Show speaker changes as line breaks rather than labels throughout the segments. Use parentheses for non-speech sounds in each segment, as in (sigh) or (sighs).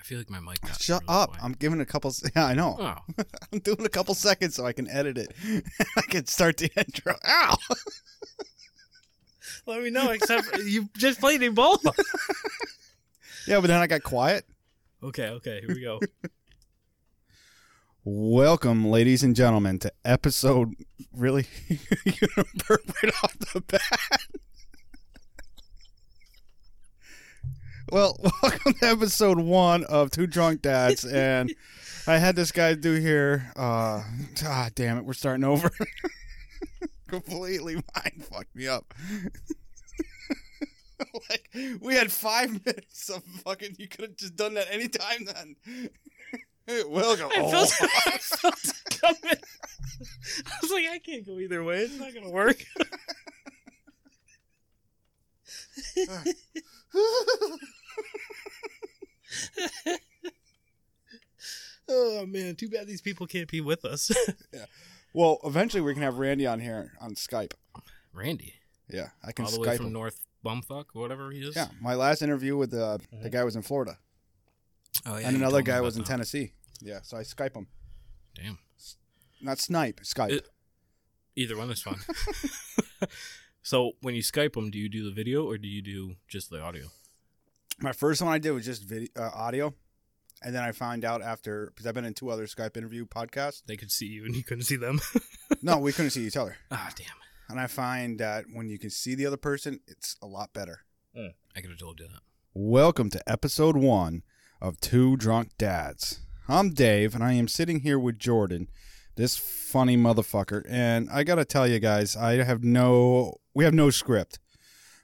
I feel like my mic. Got
Shut
really
up.
quiet.
I'm giving a couple. s- (laughs) Yeah, I know.
Oh,
I'm doing a couple seconds so I can edit it. (laughs) I can start the (laughs) intro. Ow!
let me know.
(laughs)
Except for- you just played Ebola.
Yeah, but then I got quiet.
okay, okay, here we
(laughs)
go.
Welcome, ladies and gentlemen, to episode. Really? (laughs) you burp right off the bat. well, (laughs) welcome to episode one of Two Drunk Dads. And I had this guy do here. Uh, ah, damn it. We're starting over. (laughs) Completely mind fucked me up. (laughs) like, we had five minutes of fucking. You could have just done that any time then. (laughs) Hey, welcome.
I
Oh.
felt, I felt (laughs) it coming. I was like, I can't go either way. It's not gonna work. Oh man, too bad these people can't be with us.
(laughs) well, eventually we can have Randy on here on Skype.
Randy,
Yeah, I can
all the way
Skype
from
him.
North Bumfuck, whatever he is.
yeah, my last interview with uh, the the
Mhm.
guy was in Florida,
Oh, yeah
and
you
another
told me
guy
about
was in
that.
Tennessee. Yeah, so I Skype him.
Damn.
Not snipe, Skype.
It- Either one is fine.
(laughs)
(laughs) so when you Skype them, do you do the video or do you do just the audio?
my first one I did was just video uh, audio, and then I found out after because I've been in two other Skype interview podcasts.
They could see you and you couldn't see them.
no, we couldn't see each other,
Ah, damn.
and I find that when you can see the other person, it's a lot better.
I could have told you that.
Welcome to episode one of Two Drunk Dads. I'm Dave, and I am sitting here with Jordan, this funny motherfucker. And I gotta tell you guys, I have no, we have no script.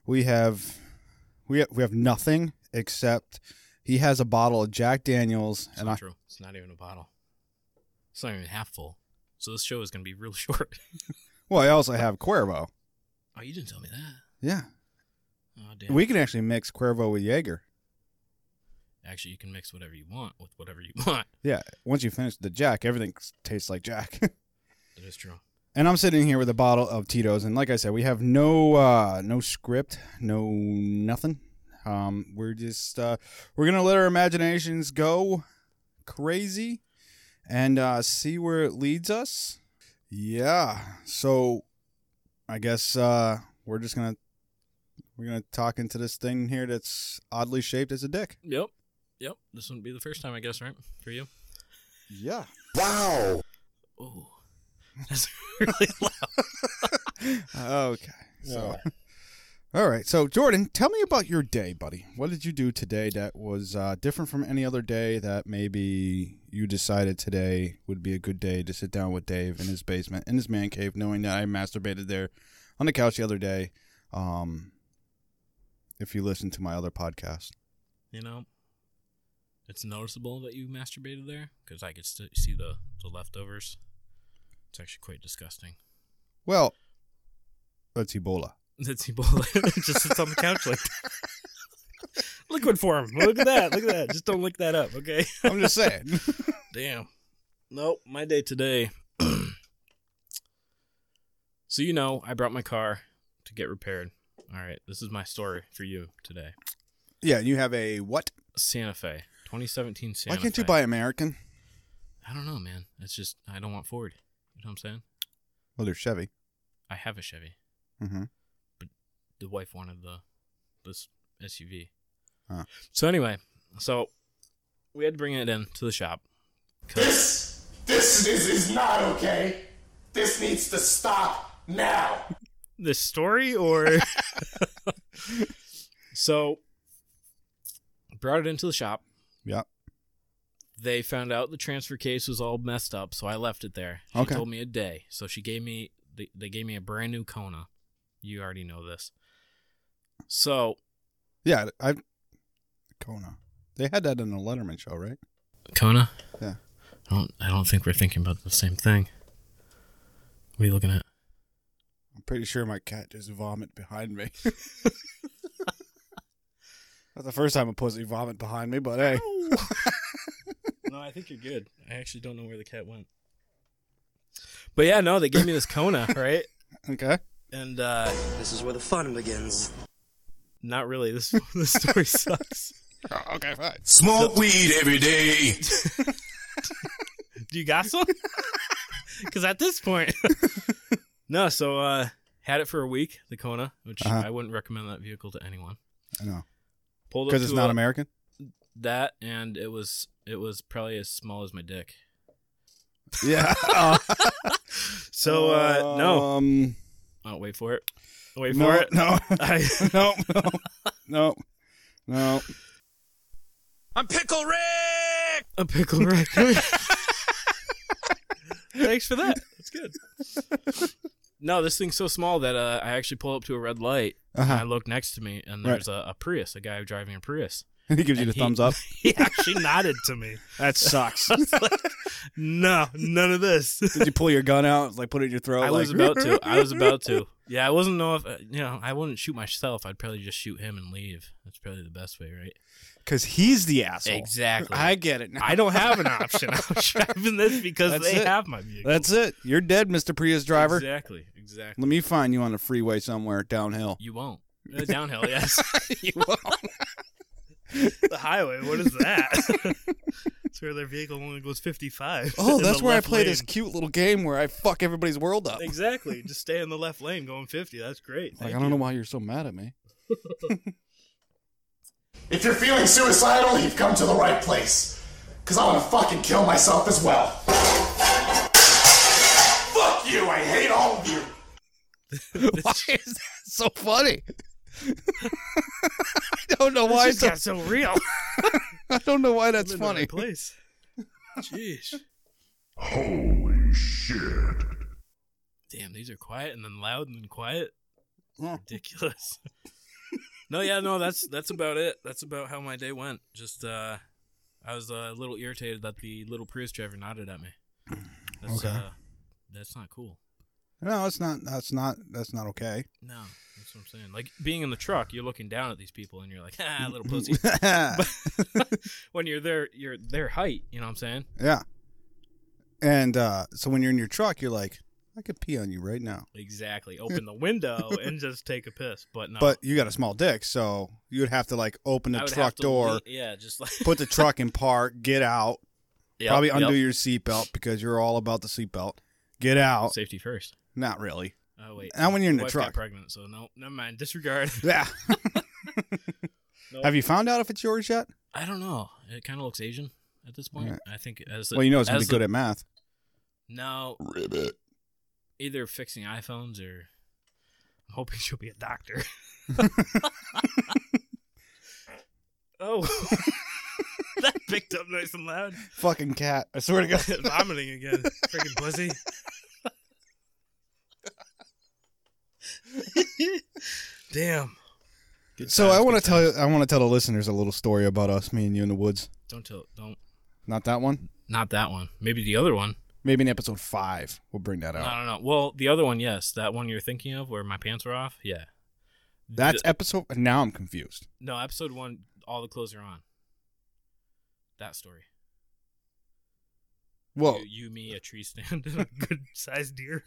We have, we have, we have nothing except he has a bottle of Jack Daniels,
It's
and
not
I,
true. It's not even a bottle. It's not even half full. So this show is going to be (laughs) real short.
well, I also have Cuervo.
Oh, you didn't tell me that.
Yeah,
Oh, damn.
we can actually mix Cuervo with Jaeger.
Actually, you can mix whatever you want with whatever you (laughs) want.
Yeah, once you finish the Jack, everything tastes like Jack. (laughs)
That is true.
And I'm sitting here with a bottle of Tito's, and like I said, we have no uh, no script, no nothing. Um, we're just uh, we're gonna let our imaginations go crazy and uh, see where it leads us. Yeah. So I guess uh, we're just gonna we're gonna talk into this thing here that's oddly shaped as a dick.
Yep. Yep. This wouldn't be the first time, I guess, right? For you?
(laughs) Yeah.
(laughs) Oh. That's really (laughs) loud.
Okay. So, all right. So, Jordan, tell me about your day, buddy. What did you do today that was uh, different from any other day that maybe you decided today would be a good day to sit down with Dave in his basement, in his man cave, knowing that I masturbated there on the couch the other day? Um, if you listen to my other podcast,
You know, it's noticeable that you masturbated there because I could st- see the, the leftovers. It's actually quite disgusting.
well, that's Ebola.
That's Ebola. It (laughs) just sits on the couch like that. Liquid form. Look at that. Look at that. Just don't look that up, okay?
I'm just saying.
Damn. Nope. My day today. (clears throat) so, you know, I brought my car to get repaired. All right. This is my story for you today.
yeah, you have a what?
Santa Fe. 2017 Santa
Why can't you
Fe.
buy American?
I don't know, man. It's just, I don't want Ford. You know what I'm saying?
Well, they're Chevy.
I have a Chevy.
hmm
the wife wanted the this SUV.
Huh.
So anyway, so we had to bring it in to the shop. 'cause-
(laughs)
This, this is, is not okay. This needs to stop now.
this story
(laughs)
or so brought it into the shop.
Yep.
They found out the transfer case was all messed up, so I left it there. She
Okay.
told me a day, so she gave me they, they gave me a brand new Kona. You already know this. So
Yeah, I Kona. They had that in the Letterman show, right?
Kona.
Yeah.
I don't. I don't think we're thinking about the same thing. What are you looking at?
I'm pretty sure my cat just vomit behind me. (laughs) Not the first time a pussy vomit behind me, but hey.
no, I think you're good. I actually don't know where the cat went. But yeah, no, they gave me this Kona, (laughs) right?
Okay.
And uh
This is where the fun begins.
(laughs) not really. This this story sucks.
Oh, okay, fine.
Smoke weed every day.
Do you got some? (laughs) Because at this point, (laughs) no. So uh, had it for a week, the Kona, which
Uh-huh.
I wouldn't recommend that vehicle to anyone.
I know
Pulled up
because it's
to
not
a-
American.
that, and it was it was probably as small as my dick.
Yeah.
(laughs) So uh, no,
Um,
oh wait for it, wait for
no,
it.
no,
(laughs) I,
(laughs) no, no, no, no.
I'm Pickle Rick.
a pickle right there. Thanks for that. That's good. No, this thing's so small that uh, I actually pull up to a red light. And I
Uh-huh.
look next to me, and
Right.
there's a, a Prius, a guy driving a Prius.
(laughs) He gives you the
And he-
thumbs up.
He actually nodded to me.
That (laughs) sucks.
No, none of this.
Did you pull your gun out? Like put it in your throat?
I
like-
was about to.
(laughs)
I was about to. Yeah, I wasn't know if uh, you know. I wouldn't shoot myself. I'd probably just shoot him and leave. That's probably the best way, right?
Because he's the asshole.
Exactly. I,
I get it. Now.
don't have an option. I was driving this because
That's
they
it.
have my vehicle.
That's it. You're dead, Mr. Prius driver.
Exactly. Exactly.
Let me find you on the freeway somewhere downhill.
You won't. Uh, downhill,
(laughs)
yes.
You won't.
The highway, what is that? It's where their vehicle only goes 55.
(laughs) oh,
in
that's
the
where I
left
play
lane.
this cute little game where I fuck everybody's world up.
Exactly. Just stay in the left lane going 50. That's great.
Like
Thank
I don't
you.
know why you're so mad at me.
If you're feeling suicidal, you've come to the right place. Cause I wanna fucking kill myself as well. Fuck you, I hate all of you.
(laughs) why is that so (laughs) funny? I don't know why.
This
it's so-
got so real.
I don't know why (laughs) that's
I'm in the right
funny.
place. Jeez.
Holy shit.
Damn, these are quiet and then loud and then quiet.
Yeah.
Ridiculous. no, yeah, no, that's that's about it. That's about how my day went. Just uh I was uh, a little irritated that the little Prius driver nodded at me. That's
Okay.
uh that's not cool.
No, it's not. That's not. That's not okay.
No, that's what I'm saying. Like being in the truck, you're looking down at these people and you're like,
(laughs)
ah, little pussy. (laughs) when you're their you're their height, you know what I'm saying?
yeah. And uh, so when you're in your truck, you're like, I could pee on you right now.
Exactly. Open the window
(laughs)
and just take a piss. But no
But you got a small dick, so you would have to like open
I
the
would
truck
have to
door,
lean- yeah, just like
put the truck in park, get out,
(laughs) Yep,
probably undo
yep.
your seatbelt because you're all about the seatbelt. Get out.
safety first.
Not really.
Oh wait.
Not when you're in the
Wife
truck.
Got pregnant, so no, never mind. Disregard.
Yeah.
(laughs)
(laughs)
Nope.
Have you found out if it's yours yet?
I don't know. It kind of looks Asian at this point.
Yeah.
I think as the-
well, you know it's gonna be
as the-
good at math.
no either fixing iPhones or I'm hoping she'll be a doctor. (laughs) (laughs)
Oh. that picked up nice and
(laughs)
loud.
Fucking cat! I swear to God.
Vomiting again. Freaking
(laughs)
pussy. Damn.
So I want to tell you, I want to tell the listeners a little story about us, me and you in the woods.
Don't tell. Don't.
Not that one.
Not that one. Maybe the other one.
Maybe in episode five we'll bring that out.
I don't know. Well, the other one, yes. That one you're thinking of, where my pants were off. Yeah.
That's episode. Now I'm confused.
No, episode one. All the clothes are on. That story.
Whoa.
You, you, me, a tree stand, (laughs) and a good sized deer.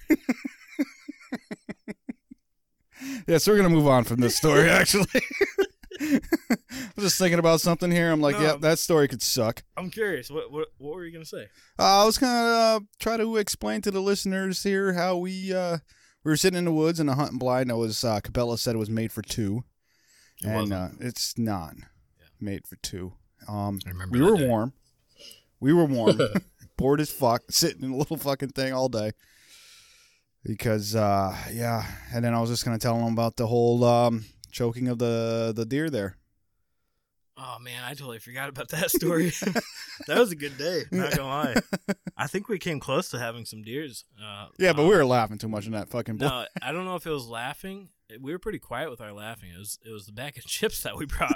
Yeah, so we're gonna move on from
(laughs)
this story. Actually, (laughs) I'm just thinking about something here. I'm like,
No.
yeah, that story could suck.
I'm curious. What what what were you gonna say?
Uh, I was gonna uh, try to explain to the listeners here how we uh, we were sitting in the woods in a hunting blind. I was uh, Cabela said it was made for two,
It
and
wasn't.
uh, it's not made for two. Um,
I remember
we
that
were
day.
warm. We
(laughs)
were warm, (laughs) bored as fuck, sitting in a little fucking thing all day. Because uh, yeah, and then I was just gonna tell them about the whole um, choking of the the deer there.
Oh man, I totally forgot about
(laughs)
that story. (laughs)
That was a good day.
Not gonna lie, I think we came close to having some deers. Uh,
Yeah, but
um,
we were laughing too much in that fucking. blind.
No, I don't know if it was laughing. We were pretty quiet with our laughing. It was it was the bag of chips that we (laughs) brought.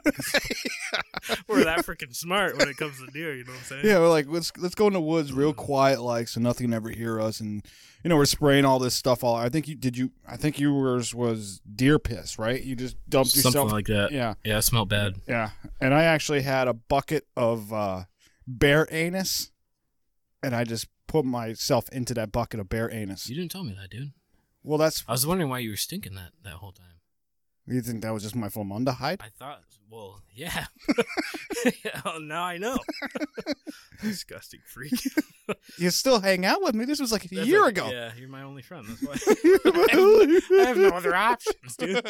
We're that freaking smart when it comes to deer, you know what I'm saying?
Yeah, we're like, let's let's go in the woods real quiet, like so nothing can ever hear us, and you know we're spraying all this stuff. All I think you did you I think yours was deer piss, right? You just dumped
Something
yourself.
like that. Yeah,
yeah,
it smelled bad.
yeah. And I actually had a bucket of uh, bear anus, and I just put myself into that bucket of bear anus.
You didn't tell me that, dude.
Well, that's
I was wondering why you were stinking that that whole time.
You think that was just my formaldehyde?
I thought, well, (laughs) yeah. oh, now I (laughs) know.
Disgusting freak.
You still hang out with me? This was like a
That's
year
a-
(laughs) ago.
Yeah, (laughs) you're my only friend. (laughs) That's why I have no (laughs) other options, dude.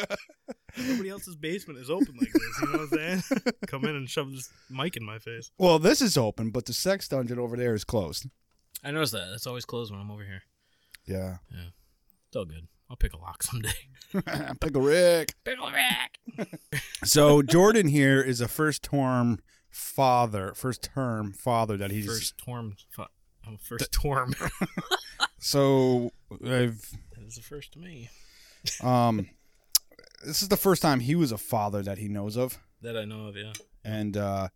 Nobody else's basement is open like this. You know what I'm
(laughs)
saying? Come in and shove this mic in my face.
(laughs) well, this is open, but the sex dungeon over there is closed.
I noticed that. That's always closed when I'm over here.
Yeah. (laughs)
It's all good. I'll pick a lock someday.
Pickle Rick.
Pickle Rick.
So Jordan here is a first term father, first term father that he's
First torm. Fu- oh, first (laughs) torm.
so I've
that is the first to me
um this is the first time he was a father that he knows of.
that I know of. Yeah,
And uh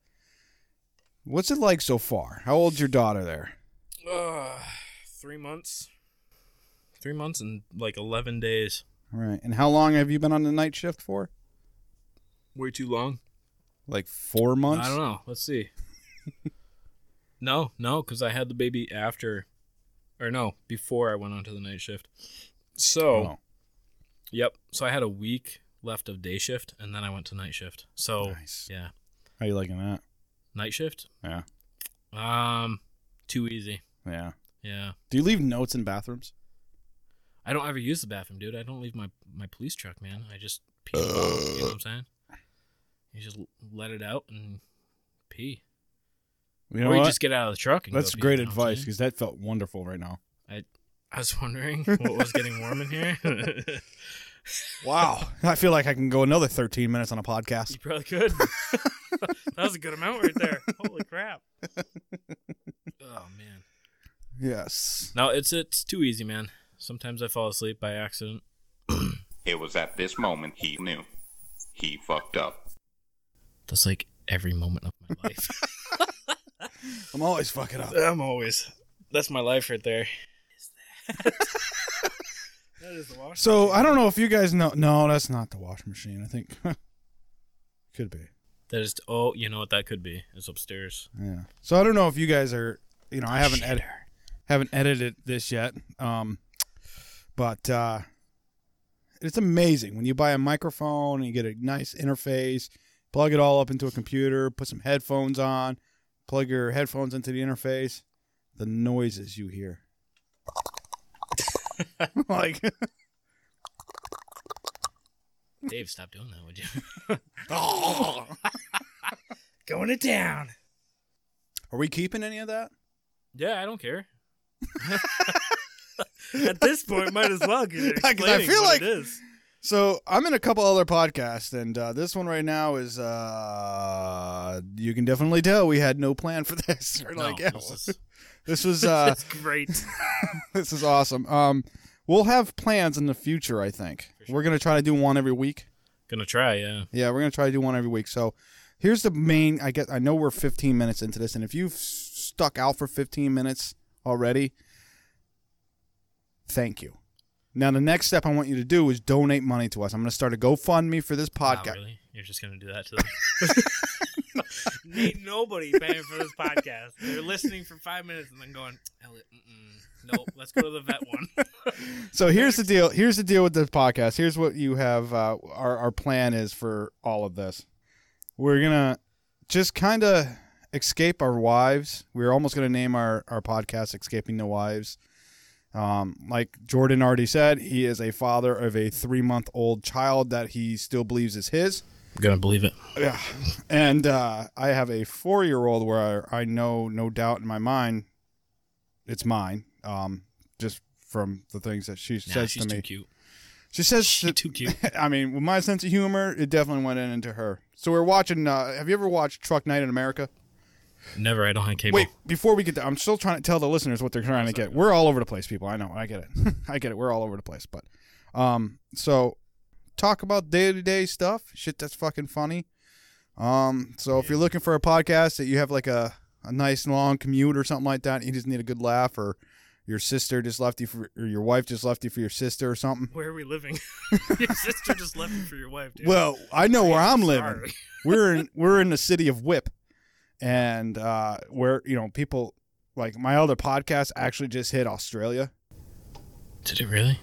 what's it like so far? How old's your daughter there?
uh, three months. Three months and like eleven days.
All right. And how long have you been on the night shift for?
Way too long.
Like four months?
I don't know. Let's see.
(laughs)
no, no, because I had the baby after, or no, before I went on to the night shift. So,
Oh,
yep. So I had a week left of day shift, and then I went to night shift. So,
Oh, nice.
yeah,
How you liking that?
night shift.
Yeah.
Um, too easy.
Yeah.
Yeah.
Do you leave notes in bathrooms?
I don't ever use the bathroom, dude. I don't leave my my police truck, man. I just pee. in the box, you know what I'm saying? You just l- let it out and pee,
You
or you just get out of the truck. And go
That's
pee,
great
you know what I'm
advice
saying?
because that felt wonderful right now.
I was
(laughs)
wondering what was getting warm in here. (laughs) you
Wow. (laughs) I feel like I can go another 13 minutes on a podcast.
probably
(laughs)
could.
That was a good amount right there. Holy crap.
Oh man.
Yes.
No, it's it's too easy, man. Sometimes I fall asleep by accident.
It was at this moment he knew. He fucked up.
That's like every moment of my life.
I'm always fucking up.
I'm always. That's my life
(laughs)
right there.
That is the wash.
So uh, I don't know if you guys know. No, that's not the washing machine. I think. (laughs) Could be.
That is. Oh, you know what that could be? It's upstairs.
Yeah. So I don't know if you guys are. You know, I haven't edited. Haven't edited this yet. Um, but uh, it's amazing when you buy a microphone and you get a nice interface. Plug it all up into a computer. Put some headphones on. Plug your headphones into the interface. The noises you hear. (laughs) like, (laughs)
Dave, stop doing that, (laughs) would you?
Going it down.
are we keeping any of that?
yeah, I don't care.
(laughs) At this point, might as well get it.
(laughs) 'Cause I
explaining
feel
what
like-
it is.
So I'm in a couple other podcasts, and uh, this one right now is uh, you can definitely tell we had no plan for (laughs) this. We're
No,
like, yeah,
this
this,
is- (laughs)
was uh,
That's (laughs) great.
this is awesome. Um, we'll have plans in the future. I think we're gonna try to do one every week.
gonna try. Yeah.
Yeah, we're gonna try to do one every week. So here's the main. I guess I know we're 15 minutes into this, and if you've stuck out for 15 minutes already, thank you. Now the next step I want you to do is donate money to us. I'm gonna start a GoFundMe for this
Wow,
podcast.
really? You're just gonna do
(laughs)
that to them?
Ain't nobody paying for this podcast. They're listening for five minutes and then going,
Elliot, mm-mm. nope. Let's go to the vet one.
So here's the deal. Here's the deal with this podcast. Here's what you have. Uh, our our plan is for all of this. We're gonna just kind of escape our wives. We're almost gonna name our our podcast "Escaping the Wives." Um, like Jordan already said, he is a father of a three month old child that he still believes is his. (sighs)
I'm gonna believe it.
Yeah, and uh, I have a four year old where I, I know no doubt in my mind it's mine. Um, just from the things that she
Nah,
says
she's
to me.
too cute.
(laughs) She says,
She's too cute.
I mean, with my sense of humor, it definitely went in into her. So we're watching. Uh, have you ever watched Truck Night in America?
(laughs) Never. I don't have cable.
Wait, before we get there, I'm still trying to tell the listeners what they're trying to get. We're all over the place, people. I know. I get it. (laughs) I get it. We're all over the place. But, um, so talk about day to day stuff, shit that's fucking funny. Um, so if you're looking for a podcast that you have like a, a nice long commute or something like that, you just need a good laugh, or your sister just left you for, or your wife just left you for your sister or something.
Where are we
(laughs)
(laughs)
living? your sister just left you for your wife, dude.
Well, I know where I'm living.
Sorry.
we're in we're in the city of Whip, and uh, where you know people like my other podcast actually just hit Australia. (laughs)
Did it really?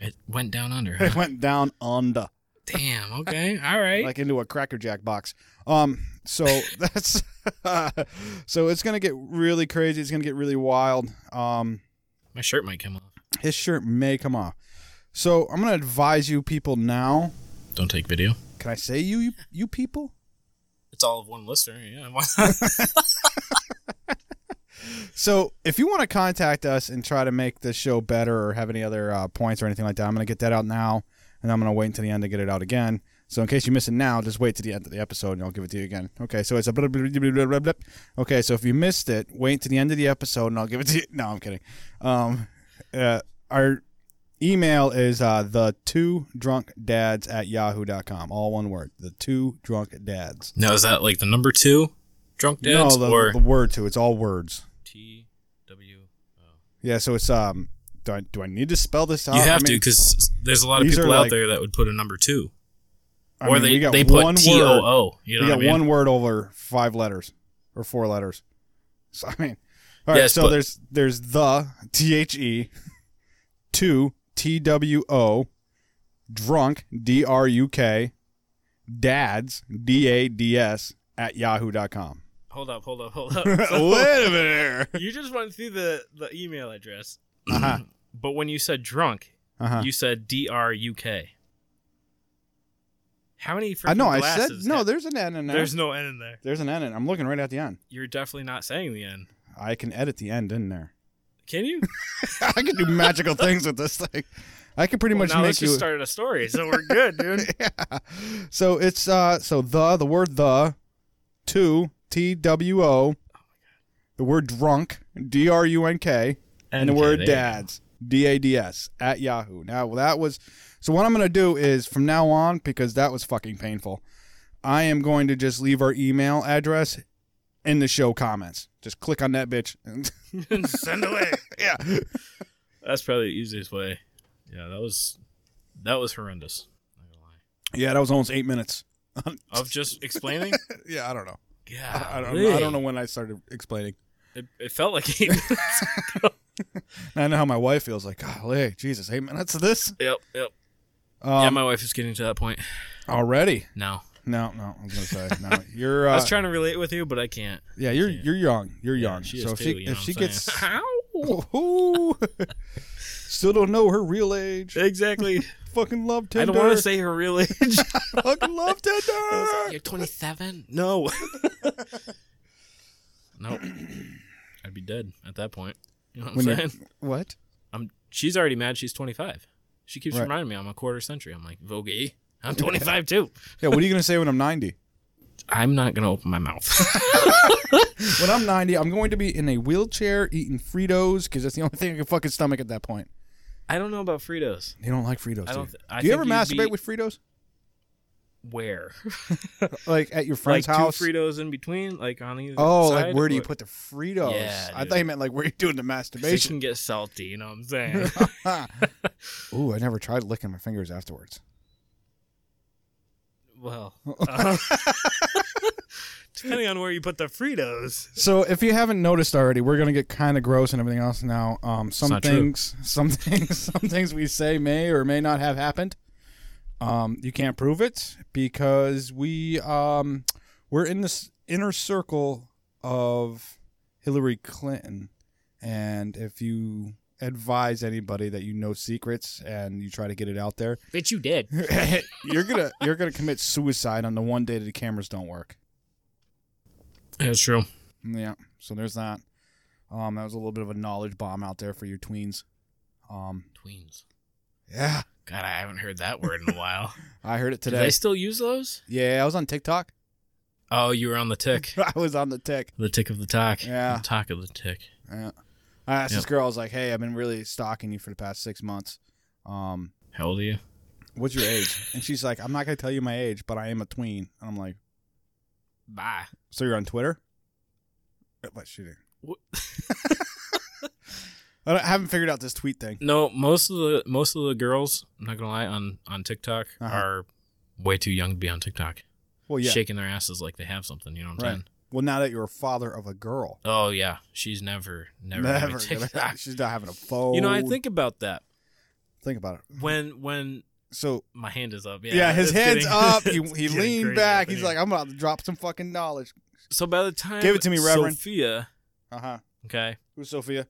It went down under. (laughs)
It (laughs)
Huh?
went down under.
Damn. Okay. All right.
like into a cracker jack box um so that's (laughs) so it's gonna get really crazy it's gonna get really wild um
My shirt might come off.
his shirt may come off so i'm gonna advise you people now
Don't take video.
can i say you you, you people
It's all of one listener. Yeah. (laughs) why not?
so if you want to contact us and try to make the show better or have any other uh, points or anything like that i'm gonna get that out now and i'm gonna wait until the end to get it out again so in case you miss it now just wait to the end of the episode and i'll give it to you again okay so it's a blah, blah, blah, blah, blah, blah. okay so if you missed it wait to the end of the episode and i'll give it to you (laughs) no i'm kidding um uh, our email is uh, the two drunk dads at yahoo.com all one word the two drunk dads
now is that like the number two, drunk dads
no the,
or
the word two it's all words
T W?
Yeah, so it's um. Do I, do I need to spell this out?
You have
I
to
mean,
'cause to because there's a lot of
these are
people out
like-
there that would put a number two,
I
or
mean,
they
we got
they put
one
T O
word-
O. You know
we
what I
got
mean?
one word over five letters or four letters. So I mean, all right.
Yes,
so
but-
there's there's the T H E, two T W O, drunk D R U K, dads D A D S
(laughs)
at yahoo.com.
Hold up, hold up, hold up.
(laughs) Wait a minute.
(laughs) you just went through the the email address,
Uh-huh.
but when you said drunk,
Uh-huh.
you said D R U K. How many?
I know.
freaking
I said
glasses
no.
have-
There's an N in there.
There's no end in there.
there's an N. In, I'm looking right at the end.
You're definitely not saying the end.
I can edit the end in there.
Can you?
(laughs) I can do magical things with this thing. I can pretty
Well,
much
now
make
let's
you.
just started a story. So
So we're good, dude.
Yeah. So it's uh so the the word the, two T W O, the word drunk D R U N K, (laughs) and the
Okay,
word
there you go.
dads D A D S at Yahoo. Now that was so what I'm gonna do is from now on because that was fucking painful. I am going to just leave our email address in the show comments. Just click on that bitch. (laughs)
(laughs)
(laughs)
And
Send away.
yeah.
That's probably the easiest way. Yeah, that was that was horrendous. Not gonna lie.
Yeah, that was almost eight minutes.
Of just explaining.
Yeah, I don't know.
Yeah,
(laughs) I, I don't, I don't know when I started explaining.
It, it felt like (laughs) eight minutes.
And I know how my wife feels like, golly, Jesus, eight minutes of this?
yep, yep.
Um,
yeah, my wife is getting to that point
already.
now.
No, no, I was going to say, no. You're,
(laughs)
uh,
I was trying to relate with you, but I can't.
yeah, you're, you're young. You're
Yeah,
young.
she is
so if
too,
she,
you know
if
what
she
I'm
gets,
saying?
(laughs) Ooh. still don't know her real
(laughs)
age.
exactly.
Fucking love
I
Tinder.
don't want to say her real age.
fucking love
(laughs)
Tinder.
You're 27. No. (laughs)
(laughs)
nope. I'd be dead at that point. You know what I'm
When you're-
saying?
what?
I'm. She's already mad. She's 25. She keeps
Right.
reminding me I'm a quarter century. I'm like, Vogue, I'm 25 too.
Yeah, what are you going to say when I'm 90?
I'm not gonna open my mouth.
(laughs) When I'm 90, I'm going to be in a wheelchair eating Fritos because that's the only thing I can fucking stomach at that point.
I don't know about Fritos.
You don't like Fritos,
I
do
don't
you?
th- I
do
think
you ever
you'd
masturbate
be-
with Fritos?
Where?
Like at your
like
friend's house?
two Fritos in between, like on either.
Oh,
side,
like where do you
or-
put the Fritos?
Yeah,
I
dude.
thought you meant like where you doing the
It (laughs)
masturbation.
can get salty. You know what I'm saying?
(laughs) Ooh, I never tried licking my fingers afterwards. (laughs)
well, uh, (laughs)
Depending on where you put the Fritos.
So if you haven't noticed already, we're gonna get kind of gross and everything else now. Um, some
not true.
things, some (laughs) things, some things we say may or may not have happened. Um, you can't prove it because we um, we're in this inner circle of Hillary Clinton, and if you advise anybody that you know secrets and you try to get it out there, (laughs)
bitch, you did.
you're gonna you're gonna commit suicide on the one day that the cameras don't work.
That's true.
Yeah. So there's that. Um, that was a little bit of a knowledge bomb out there for your tweens. Um,
Tweens.
yeah,
God, I haven't heard that word in a
(laughs)
while.
I heard it
Do they
today.
still use those?
Yeah, I was on TikTok. (laughs)
Oh, you were on the tick.
I was on the tick.
The tick of the talk.
Yeah.
The talk of the tick.
Yeah. I asked this
Yep.
girl. I was like, "Hey, I've been really stalking you for the past six months. Um,
How old are you?
what's your age?" and she's like, "I'm not gonna tell you my age, but I am a tween." And I'm like,
Bye.
"So you're on Twitter?" But she didn't.
What?
(laughs)
(laughs)
I, don't- I haven't figured out this tweet thing.
No, most of the most of the girls, I'm not gonna lie, on on TikTok
Uh-huh.
are way too young to be on TikTok.
Well, yeah.
Shaking their asses like they have something. You know what I'm
Right.
saying?
Well, now that you're a father of a girl,
Oh yeah, she's never never,
never.
never
(laughs) gonna-
TikTok.
she's not having a phone.
You know, I think about that
Think about it.
when when
so
My hand is up. Yeah,
yeah, his
it's
head's
getting-
(laughs)
up. He,
it's
he
getting
leaned
crazy
back.
up in
He's
here.
like, I'm about to drop some fucking knowledge.
So by the time
Give it to me, Reverend.
Sophia.
Uh huh.
Okay,
Who's Sophia?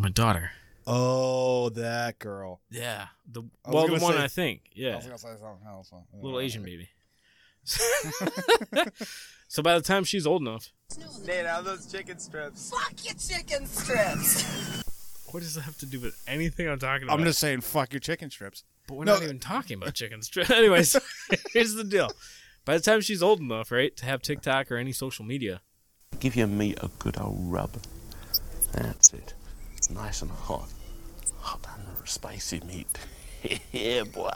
my daughter.
Oh, that girl.
Yeah, the
I was
well, the
gonna
one
say-
I think.
I
Yeah,
was gonna say something else. Uh,
little Asian
(laughs)
baby. so by the time she's old enough,
Nate, how those chicken strips?
Fuck your chicken strips.
what does that have to do with?
Anything I'm talking about.
I'm just saying, fuck your chicken strips.
But we're
No,
not
uh,
even talking about chicken strips. (laughs) Anyways, here's the deal. By the time she's old enough, right, to have TikTok or any social media,
Give your meat a good old rub. That's it. It's nice and hot. Hot and spicy meat. (laughs) yeah, boy.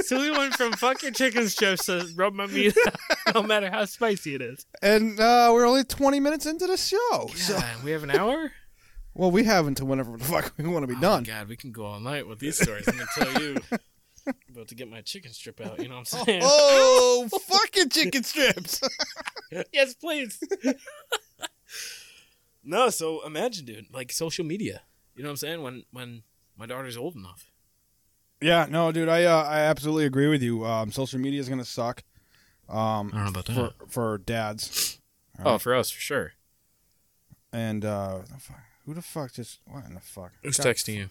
so we went from fuck your chicken strips to rub my meat, out, (laughs) no matter how spicy it is.
And uh, we're only 20 minutes into the show. So,
God, we have an hour.
well, we have until whenever the fuck we want to be
Oh my
done.
God, we can go all night with these stories. Let me tell you. About to get my chicken strip out, you know what I'm saying?
Oh, fucking chicken strips. (laughs) oh.
(laughs) yes, please. no, so imagine, dude, like social media. You know what I'm saying? When when my daughter's old enough,
yeah, no, dude, I uh, I absolutely agree with you. Um, social media is gonna suck um,
I don't know about that.
for for dads.
oh, for us, for sure.
And uh, the fuck- who the fuck just what in the fuck?
Who's
God,
texting you?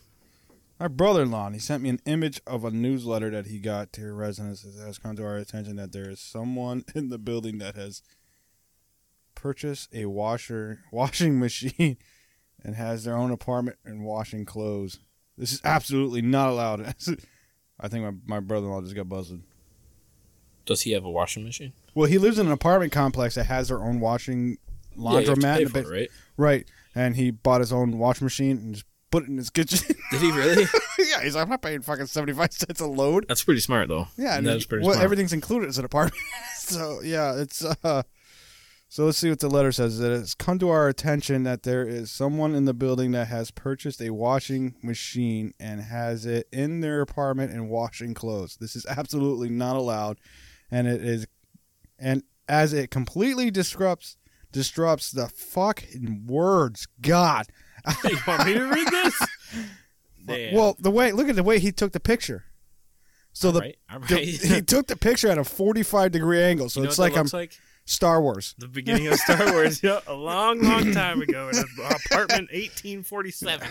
My brother-in-law. And he sent me an image of a newsletter that he got to residents that has come to our attention that there is someone (laughs) in the building that has purchased a washer (laughs) washing machine and has their own apartment and washing clothes. This is absolutely not allowed. (laughs) I think my, my brother-in-law just got busted.
Does he have a washing machine?
Well, he lives in an apartment complex that has their own washing
Yeah, you have to
laundromat.
pay
in the
for it,
bas-
right?
right, and he bought his own wash machine and just put it in his kitchen. (laughs)
Did he really?
yeah, he's like, I'm not paying fucking 75 cents a load.
(laughs) That's pretty smart, though.
Yeah, and
that's pretty
well,
smart.
everything's included as an apartment. (laughs) so, yeah, it's. uh So let's see what the letter says. It has come to our attention that there is someone in the building that has purchased a washing machine and has it in their apartment and washing clothes. This is absolutely not allowed, and it is, and as it completely disrupts disrupts the fucking words. God,
you want me to read (laughs) this? Damn.
Well, the way look at the way he took the picture. So
(laughs)
the
right, all
the-
right.
he took the picture at a 45 degree angle, so
You know
it's
what
like
that
I'm
looks like um,
Star Wars.
the beginning of Star (laughs) Wars.
yeah, a long, long time ago in
(laughs)
a- apartment 1847.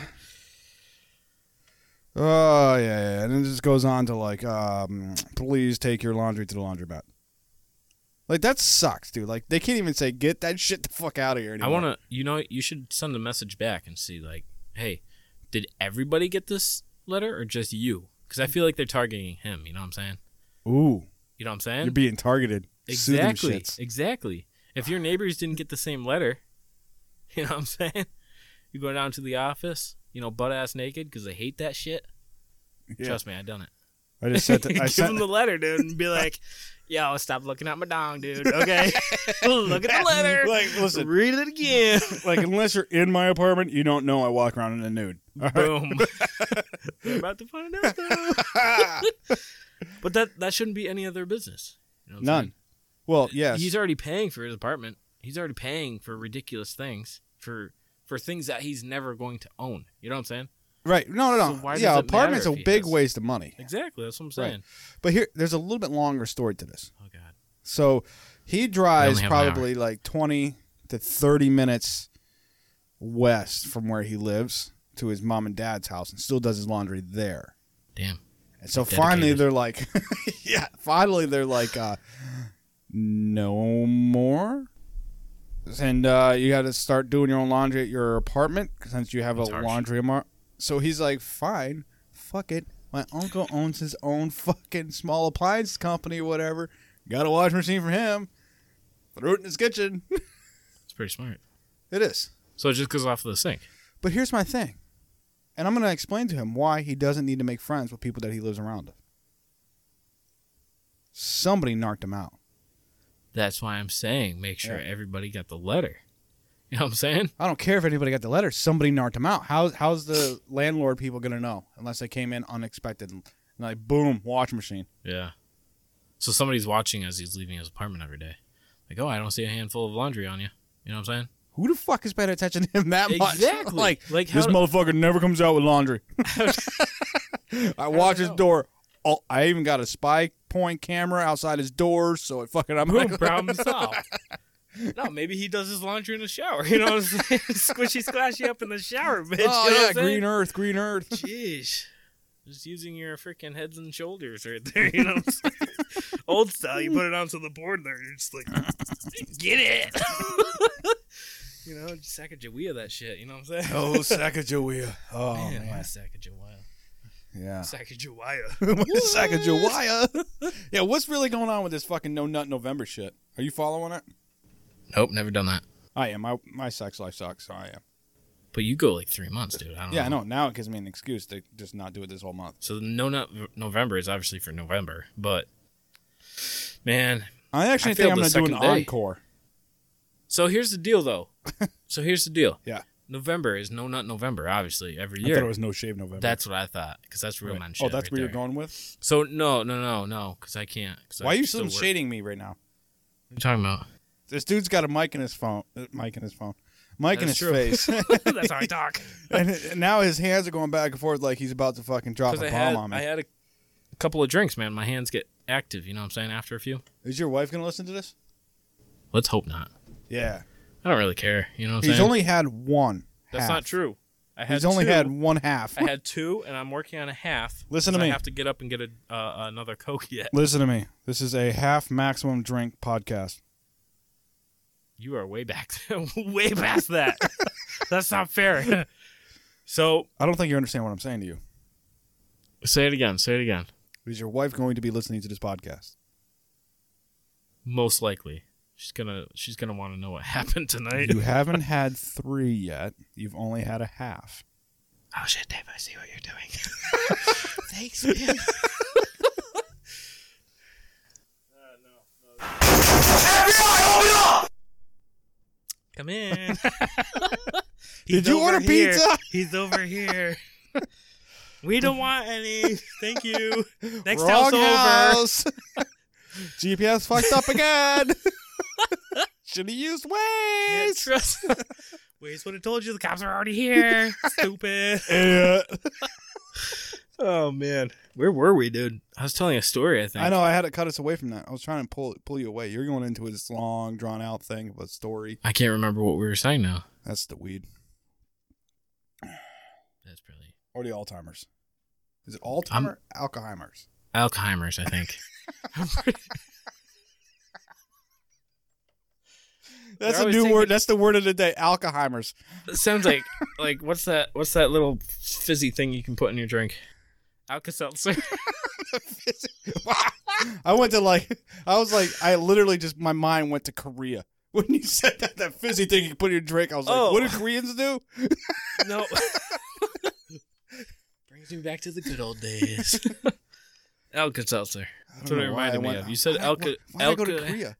Oh yeah, yeah, yeah. and then it just goes on to like, um, please take your laundry to the laundromat. Like that sucks, dude. Like they can't even say get that shit the fuck out of here.
I
Anymore.
want to, you know, you should send a message back and see, like, hey, did everybody get this letter or just you? Because I feel like they're targeting him. You know what I'm saying?
to. Ooh,
You know what I'm saying?
you're being targeted. Sue them
exactly,
shits.
exactly. If your neighbors didn't get the same letter, (laughs) you know what I'm saying? You go down to the office, you know, butt ass naked because they hate that shit.
Yeah.
Trust me, I done it.
I just
(laughs)
sent. The, I
Give him
sent.
the letter, dude, and be like,
Yo, stop looking at my dong, dude. (laughs)
(laughs)
okay, look at the letter.
like listen,
Read it again.
like unless you're in my apartment, you don't know I walk around in
(laughs)
the nude. (laughs) All right.
Boom.
(laughs)
They're about to find out though. but that that shouldn't be any other business. You know what I'm
None.
saying?
Well, yes.
He's already paying for his apartment. He's already paying for ridiculous things for for things that he's never going to own. You know what I'm saying?
Right. No, no, no.
So why does
yeah,
it
apartment's
matter if
a
he
big
has-
waste of money.
Exactly. That's what I'm
Right.
saying.
But here, there's a little bit longer story to this.
Oh god.
So he drives
We only have an
probably like 20 to 30 minutes west from where he lives to his mom and dad's house and still does his laundry there.
Damn.
And so
Dedicated.
finally they're like, (laughs) yeah, finally they're like, uh, no more. And uh, you got to start doing your own laundry at your apartment since you have
That's
a
harsh.
laundry laundromat. So he's like, fine, fuck it. My uncle owns his own fucking small appliance company, whatever. Got a washing machine for him. Threw it in his kitchen. (laughs)
It's pretty smart.
it is.
So it just goes off the sink.
But here's my thing. And I'm going to explain to him why he doesn't need to make friends with people that he lives around. Somebody narked him out.
That's why I'm saying make sure
Yeah.
everybody got the letter. You know what I'm saying?
I don't care if anybody got the letter. Somebody narked him out. How's how's the landlord people gonna know unless they came in unexpected and like boom, watch machine.
Yeah. So somebody's watching as he's leaving his apartment every day. Like, oh, I don't see a handful of laundry on you. You know what I'm saying?
Who the fuck is paying attention to him that much? (laughs)
Exactly.
Like,
Like,
this
how- (laughs)
motherfucker never comes out with laundry. I watch his door. Oh, I even got a spy point camera outside his door, so it fucking I'm
Boom, problem solved. No, maybe he does his laundry in the shower. (laughs) You know what I'm saying? Squishy squashy up in the shower, bitch.
(laughs) Oh
you know
yeah,
what I'm
green Earth, green Earth.
saying? Jeez. Just using your freaking heads and shoulders right there, you know (laughs) what I'm saying?
Old style, you put it onto the board there. You're just like,
Get it! (laughs) you know, just Sacagawea that shit, you know what I'm saying?
Oh, Sacagawea.
(laughs)
Oh
man, why Sacagawea? (laughs)
yeah,
Sacagawea.
Sacagawea. yeah, what's really going on with this fucking no nut November shit? Are you following it?
Nope, never done that.
I am. My my sex life sucks. So I am.
But you go like three months, dude. I don't
Yeah, I know. Now it gives me an excuse to just not do it this whole month.
So no, no November is obviously for November, but man.
I actually
I
think
failed
I'm
the
gonna do an
second day.
encore.
So here's the deal,
(laughs)
though. so here's the deal.
Yeah.
November is no nut November, obviously every
I
year.
thought it was no shave November.
that's what I thought because that's real
Right.
man shit.
Oh, that's
right
where you're
there.
going with.
So no, no, no, no, because I can't. 'cause
Why
I
are you
still
still
work.
shading me right now?
What are you talking
(laughs)
about? (laughs)
This dude's got a mic in his phone. uh, Mic in his phone. Mic in
That's
his
true. (laughs)
face. (laughs)
That's how I talk.
and, and now his hands are going back and forth like he's about to fucking drop a
Because I
bomb
had
on me.
I had a, a couple of drinks, man. My hands get active. You know what I'm saying? After a few,
Is your wife gonna listen to this?
let's hope not.
Yeah.
I don't really care. You know what I'm
He's
saying?
only had one.
that's
half.
not true. I had
He's only
two.
had one half.
I had two, and I'm working on a half.
Listen to
'cause
me.
I have to get up and get a, uh, another Coke (laughs) yet.
Listen to me. This is a half maximum drink podcast.
You are way back, (laughs) way past
(laughs)
that. That's not fair. (laughs) so
I don't think you understand what I'm saying to you.
say it again. Say it again.
Is your wife going to be listening to this podcast?
Most likely, she's gonna she's gonna want to know what (laughs) happened tonight.
You haven't had three yet. You've only had a half.
Oh shit, Dave! I see what you're
(laughs)
doing. Thanks, (laughs) man.
Uh,
Come in. (laughs)
He's
Did you order
over here.
pizza?
(laughs) He's over here. we don't want any. Thank you.
(laughs)
Next
Wrong
house over. (laughs)
house. GPS fucked up again. (laughs) Should have used
Can't
Waze.
trust. (laughs) Waze would have told you the cops are already
(laughs)
here. Stupid.
Yeah.
Oh man.
Where were we, dude? I was telling a story. I think.
I know. I had to cut us away from that. I was trying to pull pull you away. You're going into this long, drawn out thing of a story.
I can't remember what we were saying now.
That's the weed
That's probably
or the Alzheimer's. Is it Alzheimer? Alzheimer's.
Alzheimer's, I
(laughs)
think.
That's
They're
a
always
new
taking-
word. That's the word of the day.
(laughs)
Alzheimer's.
That sounds like like what's that? What's that little fizzy thing you can put in your drink? Alka
(laughs)
Seltzer.
I went to like. I was like. I literally just. My mind went to Korea. (laughs) When you said that, that fizzy thing you put in your drink, I was like,
Oh.
"What do Koreans do?"
no. (laughs) Brings me back to the good old
(laughs)
days. Alka Seltzer. (laughs) That's what it
know why I
reminded me
went-
of. You said
why-
Alka.
Why I
Alka.
go
(laughs)
to Korea?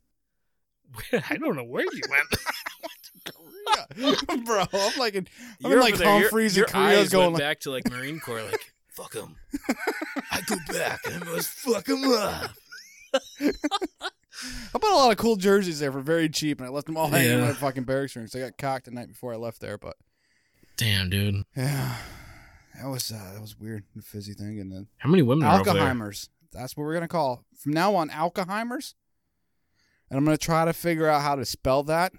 I don't know where you went.
(laughs) Korea, (laughs) bro. I'm like, in, I'm
You're
in
over
like
there, your-
Humphreys
your
and Korea's
eyes
going
went
like,
back to like Marine Corps. Like (laughs) fuck them. I go back. and I must fuck them up.
I bought a lot of cool jerseys there for very cheap, and I left them all hanging in
Yeah.
my fucking barracks room. So I got cocked the night before I left there, but
Damn, dude.
yeah, that was uh, that was weird, the fizzy thing, and then
How many women are over there?
Alzheimer's. That's what we're gonna call from now on, Alzheimer's. And I'm gonna try to figure out how to spell that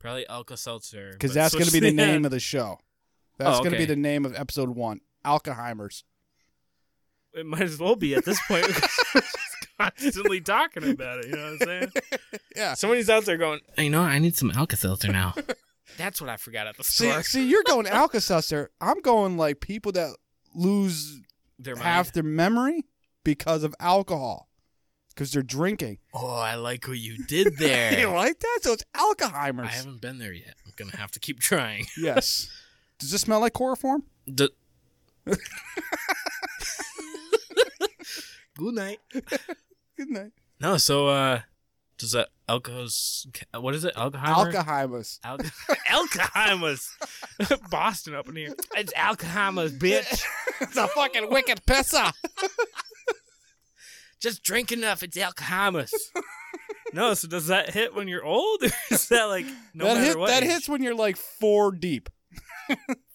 Probably Alka Seltzer.
because that's gonna
(laughs)
be the name of the show. That's
Oh,
gonna be
okay.
the name of episode one, Alzheimer's.
It might as well be at this
(laughs)
point. (laughs) because we're just Constantly talking about it, you know what I'm
(laughs)
saying?
Yeah.
Somebody's out there going,
You know, I need some Alka Seltzer
(laughs)
now. that's what I forgot at the
See,
store.
see, you're
(laughs)
going Alka Seltzer. I'm going like people that lose
Their mind.
half their memory because of alcohol, because they're drinking.
Oh, I like what you did
(laughs) You
there.
like that? So it's
I
Alzheimer's.
haven't been there yet. I'm gonna have to keep trying. (laughs)
Yes. Does this smell like chloroform? (laughs)
D- Good night.
Good night.
No, so uh, does that alcohol's what is it? Alcohol.
Alzheimer's.
(laughs) Alco-
Alzheimer's.
(laughs)
Boston up in here.
it's Alzheimer's, (laughs) bitch.
(laughs)
It's a fucking wicked pisser.
Just drink enough. It's Alzheimer's. (laughs)
No, so does that hit when you're old? Or is that like no
that
matter
hit,
what?
that
age?
hits when you're like (laughs)
(laughs)
four deep.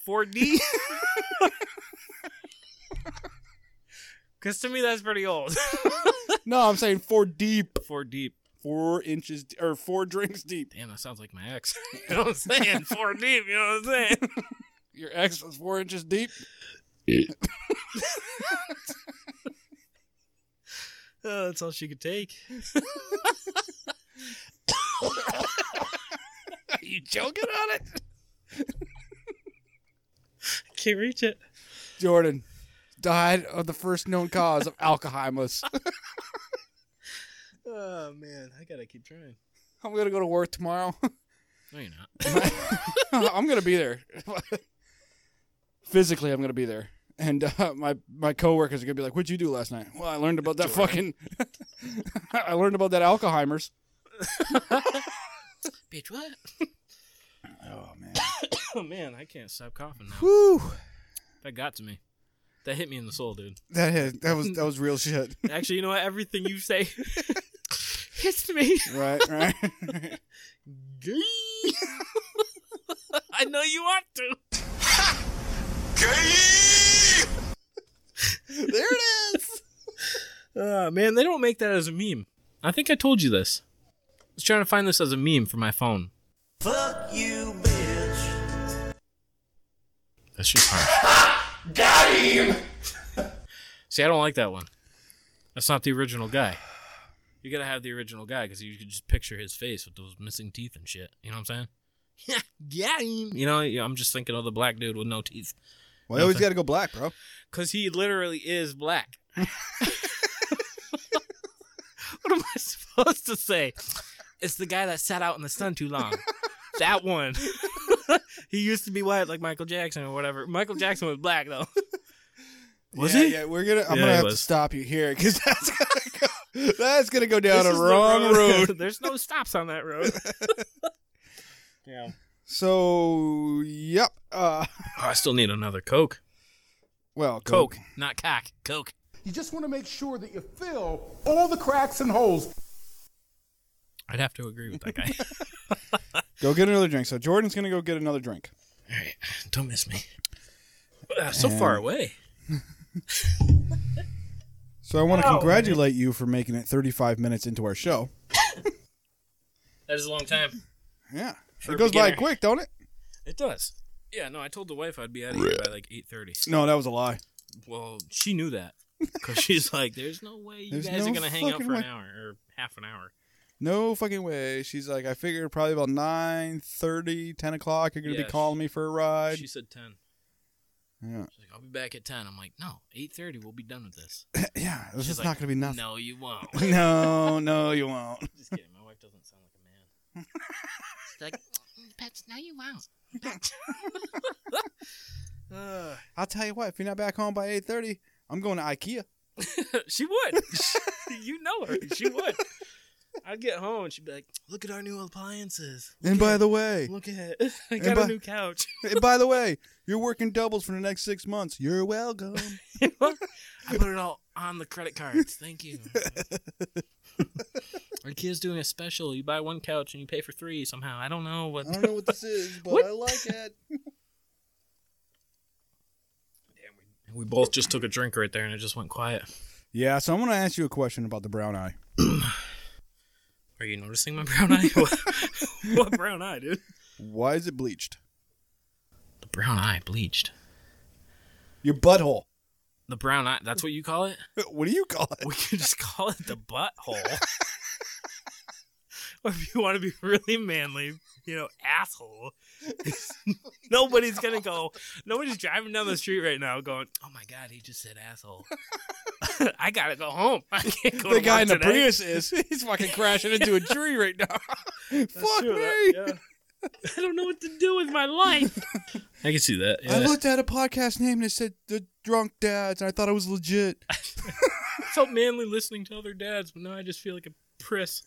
4D. Because to me, that's pretty old. (laughs)
No, I'm saying four deep,
Four deep.
four inches d- or four drinks deep.
Damn, that sounds like
(laughs)
my ex. you know what I'm saying? Four deep. You know what I'm saying?
Your ex was four inches deep.
Oh, that's all she could take.
Are you joking on it,
Can't reach it.
Jordan? Died of the first known cause of alcoholism.
Oh man, I gotta keep trying.
(laughs) I'm gonna go to work tomorrow. (laughs)
No, you're not.
I'm gonna be there. Physically, I'm gonna be there, and uh, my my coworkers are gonna be like, "What'd you do last night?" Well, I learned about that fucking. (laughs) I learned about that Alzheimer's.
Bitch, what?
Oh
(coughs)
man.
Oh man, I can't stop coughing now.
Whew.
That got to me. That hit me in the soul, dude.
That hit, that was that was real shit.
Actually, you know what? Everything you say (laughs) hits me.
(laughs) right, right.
(laughs) I know you want to.
there it is.
Uh, man, they don't make that as a meme. I think I told you this. I was trying to find this as a meme for my phone. Fuck you, bitch. That's just harsh.
Got him!
See, I don't like that one. That's not the original guy. You gotta have the original guy because you could just picture his face with those missing teeth and shit. You know what I'm saying? yeah, you know, I'm just thinking of the black dude with no teeth.
Well, they always got to go black, bro.
Because he literally is black. what am I (laughs) supposed to say? It's the guy that sat out in the sun too (laughs) long. that one. (laughs) he used to be white like Michael Jackson or whatever. Michael Jackson was black, though. (laughs) Was
yeah,
he?
Yeah, we're gonna. I'm gonna
Yeah, he
have to
was.
stop you here because (laughs) that's gonna go. That's gonna go down
This
a
is the
wrong road.
(laughs)
There's no stops on that road.
(laughs) So, yep. Uh,
Oh, I still need another Coke.
well, go-
Coke, not cock. Coke.
You just want to make sure that you fill all the cracks and holes.
I'd have to agree with that (laughs) guy.
Go get another drink. So Jordan's gonna go get another drink.
All right. Don't miss me. Ah, so far away.
(laughs) So I want to congratulate you for making it 35 minutes into our show.
That is a long time.
Yeah,
For
it
a
goes by
beginner.
quick, don't it?
It does. Yeah, no, I told the wife I'd be out of here by like 8.30.
No, that was a lie.
Well, she knew that because she's like, "There's no way you
There's
guys
no
are gonna hang out
fucking
for
way."
an hour or half an hour."
No fucking way. She's like, I figured probably about 9, 10 o'clock. You're gonna
Yeah,
be calling me for a ride.
She said ten.
Yeah.
She's like, "I'll be back at 10. I'm like, "No, 8:30. We'll be done with this."
yeah, this
She's
is
like,
not gonna be nothing. (laughs)
No, you won't.
No, no, you won't.
Just kidding. My wife doesn't sound like a man. She's like, "But no, you won't."
I'll tell you what. If you're not back home by 8:30, I'm going to IKEA.
Uh, she would. (laughs) you know her. She (laughs) would. I'd get home and she'd be like, "Look at our new appliances.
And by the way,
Look at it. (laughs) I
And
got
by-
a new couch."
(laughs) and by the way, you're working doubles for the next six months. You're welcome.
I put it all on the credit cards. Thank you. Our kid's doing a special. You buy one couch and you pay for three somehow. I don't know what.
I don't know what this
(laughs)
is, but
What?
I like it.
We both just took a drink right there and it just went quiet.
Yeah, so I'm gonna ask you a question about the brown eye.
Are you noticing my brown eye? (laughs) what, what brown eye, dude?
Why is it bleached?
The brown eye bleached.
Your butthole.
The brown eye. That's what you call it.
(laughs) What do you call it?
We could just call it the (laughs) butthole. or if you want to be really manly, you know, asshole. (laughs) nobody's gonna go. Nobody's driving down the street right now going, "Oh my god, he just said asshole." (laughs) I gotta go home. I can't go.
The
to
guy
work
in the
today.
Prius is. (laughs) He's
(laughs)
fucking crashing into a tree right now. (laughs) Fuck me.
I don't know what to do with my life. I can see that.
I looked at a podcast name and it said the drunk dads, and I thought it was
(laughs)
legit.
so manly listening to other dads, but now I just feel like a priss.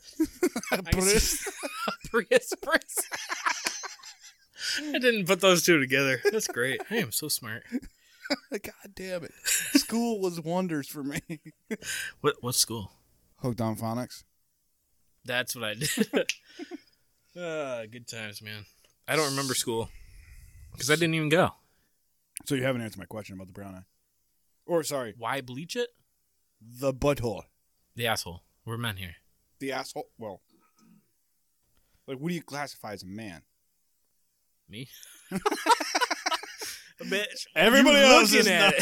Priss.
Prius, Prius. (laughs) I didn't put those two together. That's great. I am so smart.
(laughs) God damn it. School was wonders for me. (laughs)
What what school?
Hooked on phonics.
That's what I did.
(laughs)
Ah, good times, man. I don't remember school because I didn't even go.
So you haven't answered my question about the brown eye. Or sorry,
Why bleach it?
the butthole,
The asshole. We're men here.
the asshole. Well, like, what do you classify as a man? (laughs)
Me?
Bitch,
Everybody
you
else
looking
is
at
not-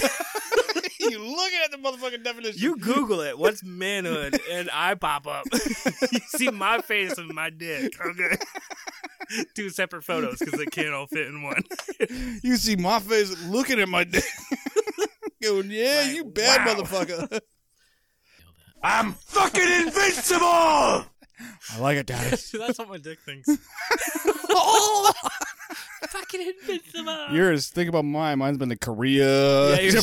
it.
(laughs) you looking at the motherfucking definition?
You Google it. What's manhood? And I pop up. (laughs) you see my face and my dick.
(laughs)
Okay. Two separate photos because they can't all fit in one.
you see my face looking at my (laughs) dick. Going, yeah,
Like,
you bad
wow. (laughs)
motherfucker.
I'm fucking invincible!
I like it, Daddy.
(laughs) That's what my dick thinks. Oh! Fucking invincible.
Yours, think about mine. Mine's been to Korea. (laughs)
(laughs)
(laughs)
Yeah, you're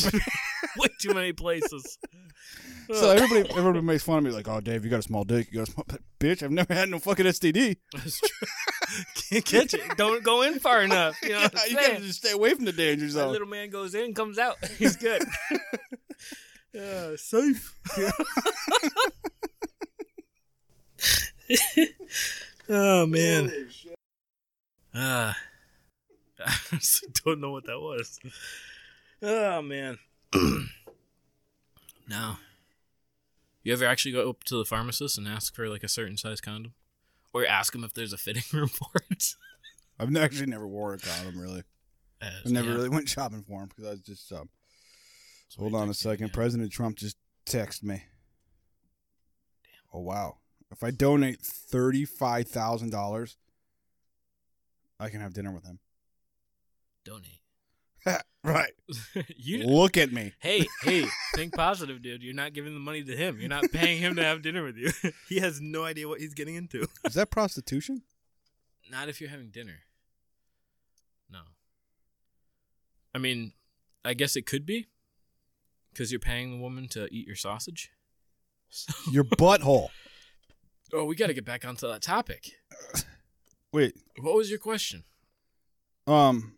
way too many places.
so everybody, everybody makes fun of me, like, "Oh, Dave, you got a small dick. You got a small (laughs) bitch. I've never had no fucking STD.
That's true.
Can't catch it. Don't go in far enough. You know what I'm
(laughs) you
saying?
gotta just stay away from the danger
That
zone.
little man goes in, comes
(laughs)
out. He's good. uh, safe.
Oh man.
Ah,
(laughs)
I honestly don't know what that was. Oh
(clears throat)
man.
No. You ever actually go up to the pharmacist and ask for like a certain size condom? Or ask them if there's a fitting (laughs) room for it?
I've ne- actually never wore a condom. Really,
Uh,
I never
yeah.
really went shopping for him because I was just. Um,
So
hold
you
on a
text me,
second.
yeah.
President Trump just texted me. Oh wow! If I donate thirty five thousand dollars, I can have dinner with him. (laughs)
Donate. (laughs)
Right.
you
Look at me. (laughs)
Hey, hey, think positive, dude. You're not giving the money to him. You're not paying him to have dinner with you. (laughs)
He has no idea what he's getting into.
Is that prostitution? (laughs)
Not if you're having dinner. No. I mean, I guess it could be because you're paying the woman to eat your sausage.
Your butthole.
Oh, we got to get back onto that topic.
Wait.
What was your question?
Um.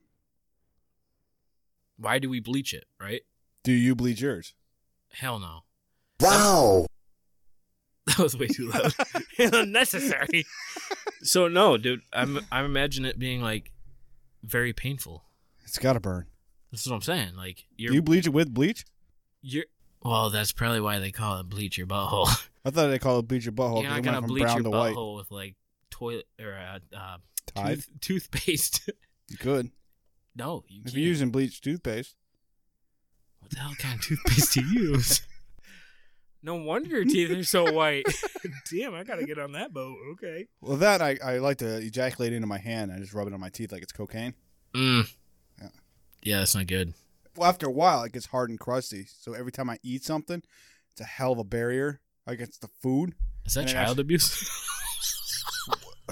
Why do we bleach it, right?
Do you bleach yours?
Hell no.
Wow!
(laughs) That was way too loud.
Unnecessary.
so no, dude, I'm I imagine it being like very painful.
It's gotta burn.
This is what I'm saying. Like you're
Do you bleach it with bleach?
you're well, that's probably why they call it bleach your butthole.
I thought they called it bleach your butthole
you're
because it went
not gonna
from
bleach
brown
your
to white.
butthole with like toilet or uh, uh (laughs)
Tide?
(laughs) tooth, toothpaste.
You could.
(laughs) no, you
If
can't.
you're using bleach toothpaste,
what the hell kind of toothpaste (laughs) do you use?
no wonder your teeth are so white. Damn, I gotta get on that boat. Okay.
well, that I, I like to ejaculate into my hand. I just rub it on my teeth like it's cocaine.
(laughs) Mm. Yeah, that's not good.
Well, after a while, it gets hard and crusty. So every time I eat something, it's a hell of a barrier against the food.
Is that
And it
child
actually-
abuse?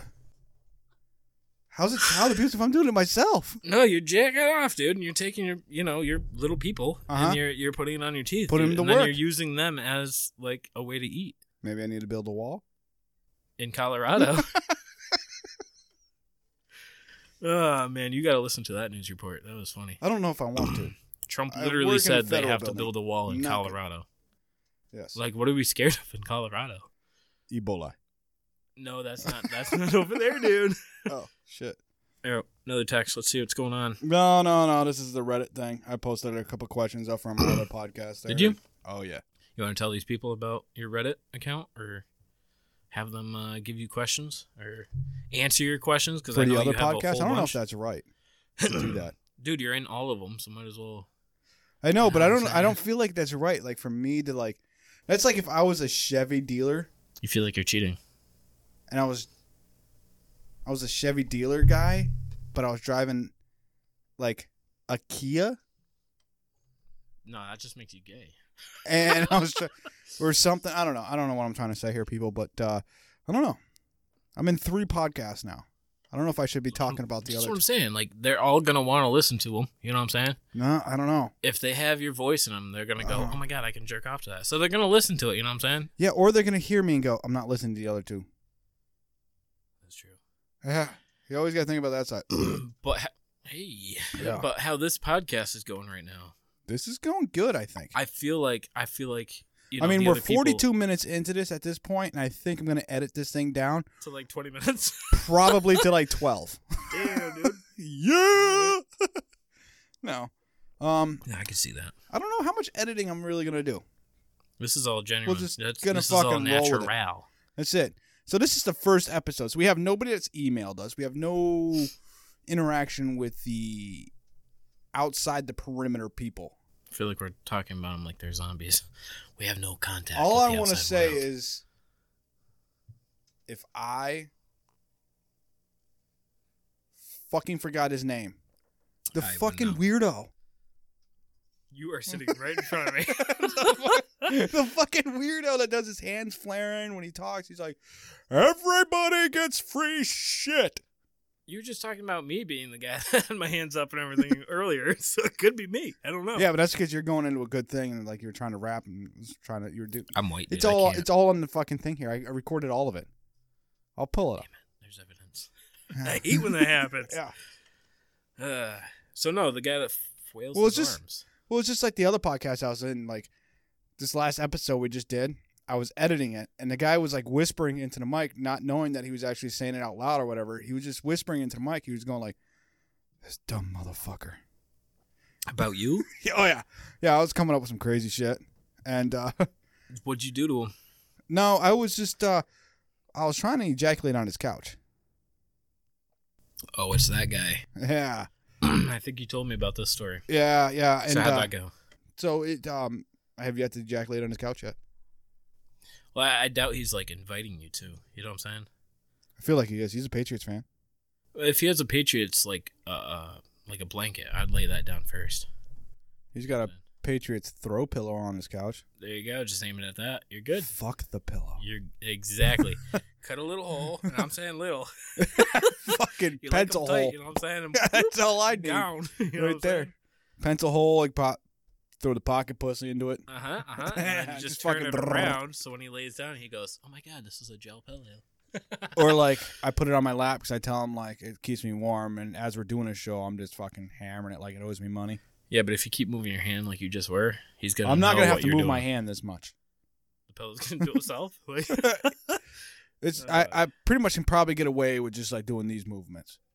(laughs)
How's it child abuse if I'm doing it myself?
no, you're jacking off, dude, and you're taking your, you know, your little people,
Uh-huh.
and you're you're putting it on your teeth,
Put
dude,
'em to
and then
work.
you're using them as like a way to eat
Maybe I need to build a wall. (laughs)
in Colorado. (laughs)
Oh man.
Ah, Man, you got to listen to that news report. That was funny.
I don't know if I want
(coughs)
to.
Trump
I
literally
work in a
said they
federal
have to
building.
build a wall in
Not gonna-
Colorado.
Yes.
Like, what are we scared of in Colorado?
Ebola.
No, that's not. (laughs)
That's
That's not
not over there,
(laughs)
dude.
Oh, shit.
Here, another text. Let's see what's going on.
No, no, no. This is the Reddit thing. I posted a couple questions up from another (coughs) podcast. I
Did you?
heard. Oh, yeah.
You want to tell these people about your Reddit account, or have them uh, give you questions, or answer your questions? Because
For
I
the
know
other
you have a
podcast? I
whole
don't know if
bunch.
that's
(coughs)
right to do that.
Dude, you're in all of them, so might as well.
I know, but I
know what
don't.
I'm
I don't feel like that's right. Like for me to like, that's like if I was a Chevy dealer
You feel like you're cheating.
and I was, I was a Chevy dealer guy, but I was driving, like a Kia,
No, that just makes you gay.
and I was, try- (laughs) or something. I don't know. I don't know what I'm trying to say here, people. But uh I don't know. I'm in three podcasts now. I don't know if I should be
Uh-huh.
talking about the
That's
other.
what I'm saying. Like, they're all gonna want to listen to them. You know what I'm saying?
no, I don't know.
if they have your voice in them, they're gonna go,
Uh-huh.
"Oh my god, I can jerk off to that." So they're gonna listen to it. You know what I'm saying?
Yeah, or they're gonna hear me and go, "I'm not listening to the other two.
That's true.
Yeah, you always gotta think about that side.
But ho- hey,
Yeah.
but how this podcast is going right now?
this is going good, I think.
I feel like I feel like you know.
I mean,
the
we're
other people-
42 minutes into this at this point, and I think I'm going to edit this thing down
So like twenty minutes.
probably to like 12.
(laughs) Damn, dude.
(laughs) yeah. no. Um,
Yeah, I can see that.
I don't know how much editing I'm really going to do.
This is all genuine.
just
That's,
gonna
this is all
fucking roll with it.
natural.
That's it. So this is the first episode. So we have nobody that's emailed us. We have no interaction with the outside the perimeter people.
I feel like we're talking about them like they're zombies. (laughs) We have no contact.
All
with
I
the
want to
outside
say
world.
is if I fucking forgot his name. The
I would
fucking
know. (laughs)
weirdo. (laughs)
You are sitting right in front of me. (laughs)
the fucking weirdo that does his hands flaring when he talks. He's like, everybody gets free shit.
you were just talking about me being
(laughs)
the guy that had my
my hands up and everything (laughs) earlier, so it could be me. I don't know.
Yeah, but that's because you're going into a good thing and like you're trying to rap and was trying to you're do.
I'm waiting.
It's all it's all on the fucking thing here. I, I recorded all of it. I'll pull it up.
There's evidence.
I hate when that
(laughs)
happens.
Yeah.
Uh, so no, the guy that flails
Well,
his
it's just-
arms.
Well, it's just like the other podcast I was in. Like this last episode we just did, I was editing it, and the guy was like whispering into the mic, not knowing that he was actually saying it out loud or whatever. He was just whispering into the mic. He was going like, "This dumb motherfucker."
About you?
Yeah, (laughs) oh yeah, yeah. I was coming up with some crazy shit, and uh (laughs)
What'd you do to him?
no, I was just uh I was trying to ejaculate on his couch. (laughs)
Oh, it's that guy. (clears throat)
Yeah,
I think you told me about this story.
yeah, yeah. And
so how'd
uh,
that go?
so it um I have yet to ejaculate on his couch yet.
Well, I, I doubt he's like inviting you to. You know what I'm saying?
I feel like he is. He's a Patriots fan.
If he has a Patriots like uh, uh like a blanket, I'd lay that down first.
He's got a Patriots throw pillow on his couch.
There you go. Just aim it at that. You're good.
Fuck the pillow.
You're
(laughs)
exactly. Cut a little hole, and I'm saying little.
(laughs) Fucking
You like 'em
pencil
tight,
hole.
you know what
(laughs)
I'm saying? And
That's all I need.
(laughs) down. (laughs) You know what I'm
right there. Pencil hole, like pop. Throw the pocket pussy into it.
Uh huh. Uh huh. And
(laughs)
then you
Just
just, turn
fucking
it
brrrr.
around. So when he lays down, he goes, "Oh my god, this is a gel pillow." (laughs)
or like I put it on my lap because I tell him like it keeps me warm. And as we're doing a show, I'm just fucking hammering it like it owes me money.
Yeah, but if you keep moving your hand like you just were, he's gonna.
I'm not
know
gonna
what
have to
you're
move
doing.
my hand this much.
The pillow's gonna do it itself. Like,
It's
Uh.
I, I pretty much can probably get away with just like doing these movements.
(laughs)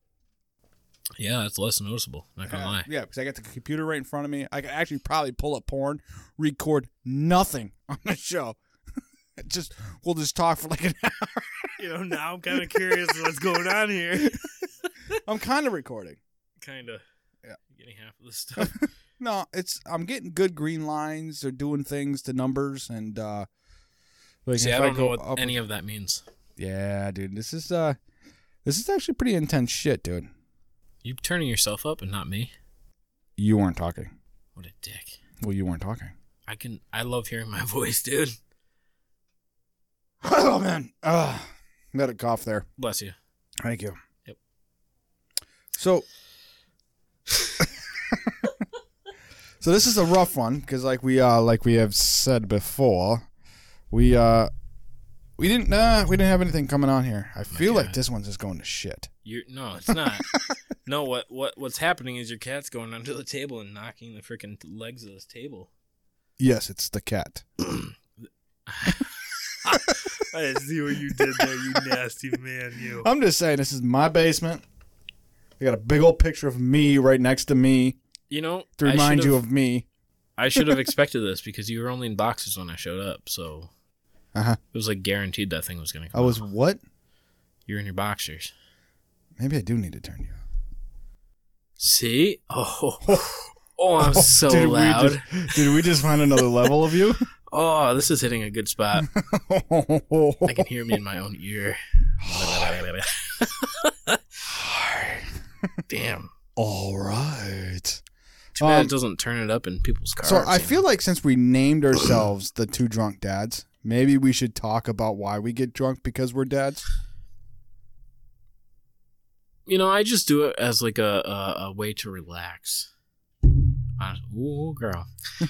Uh,
yeah, that's less noticeable. Not gonna lie.
Yeah, because I got the computer right in front of me. I could actually probably pull up porn, record nothing (laughs) on the show. just we'll just talk for like an hour.
You know, now I'm kind (laughs) of curious what's going on here.
I'm kind of recording.
Kinda.
Yeah.
Getting
(laughs)
half of this stuff.
No, it's I'm getting good green lines. They're doing things to numbers and uh like
See,
if
I don't know what
up-
any of that means.
Yeah, dude. This is uh this is actually pretty intense shit, dude.
You turning yourself up and not me.
You weren't talking.
What a dick.
Well, you weren't talking.
I can. I love hearing my (laughs) voice, dude.
(laughs) Oh man. Uh let it cough there.
Bless you.
Thank you.
Yep.
So (laughs) So this is a rough one cuz like we uh like we have said before, we uh we didn't uh we didn't have anything coming on here. I feel like
God.
this one's just going to shit.
You no, it's
(laughs)
not. no, what what what's happening is your cat's going under the table and knocking the freaking legs of this table.
Yes, it's the cat.
I see what you did there, you nasty man. You.
I'm just saying this is my basement. I got a big old picture of me right next to me
You know,
to
I
remind
should've-
you of me.
I should
(laughs)
have expected this because you were only in boxes when I showed up, so
Uh-huh.
it was like guaranteed that thing was gonna
I
come.
was what?
You're in your boxers.
Maybe I do need to turn you. off.
See?
(laughs)
Oh, oh, I'm so
Did we
loud.
just- did we just find another level of
(laughs)
you?
Oh, this is hitting a good spot. I can hear me in my own
(sighs)
ear. Damn.
(laughs)
(laughs)
All right.
Too bad
Um,
it doesn't turn it up in people's cars.
So I
you know?
feel like since we named ourselves the two drunk dads, maybe we should talk about why we get drunk because we're dads.
you know, I just do it as like a a, a way to relax. Hon- Ooh, girl,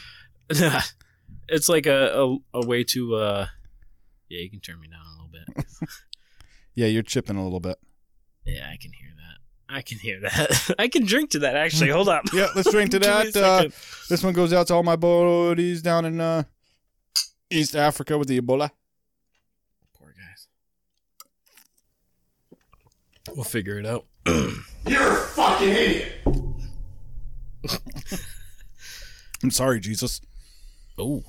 (laughs) it's like a, a a way to uh, yeah, you can turn me down a
(laughs)
little bit.
Yeah, you're chipping a little
(laughs)
bit.
Yeah, I can hear that. I can hear that. (laughs) I can drink to that. Actually, hold up.
Yeah, let's drink to
Give me a
that. Uh,
second.
this one goes out to all my buddies down in uh, East Africa with the Ebola.
Poor guys. We'll figure it out.
You're a fucking idiot.
I'm sorry, Jesus.
Oh,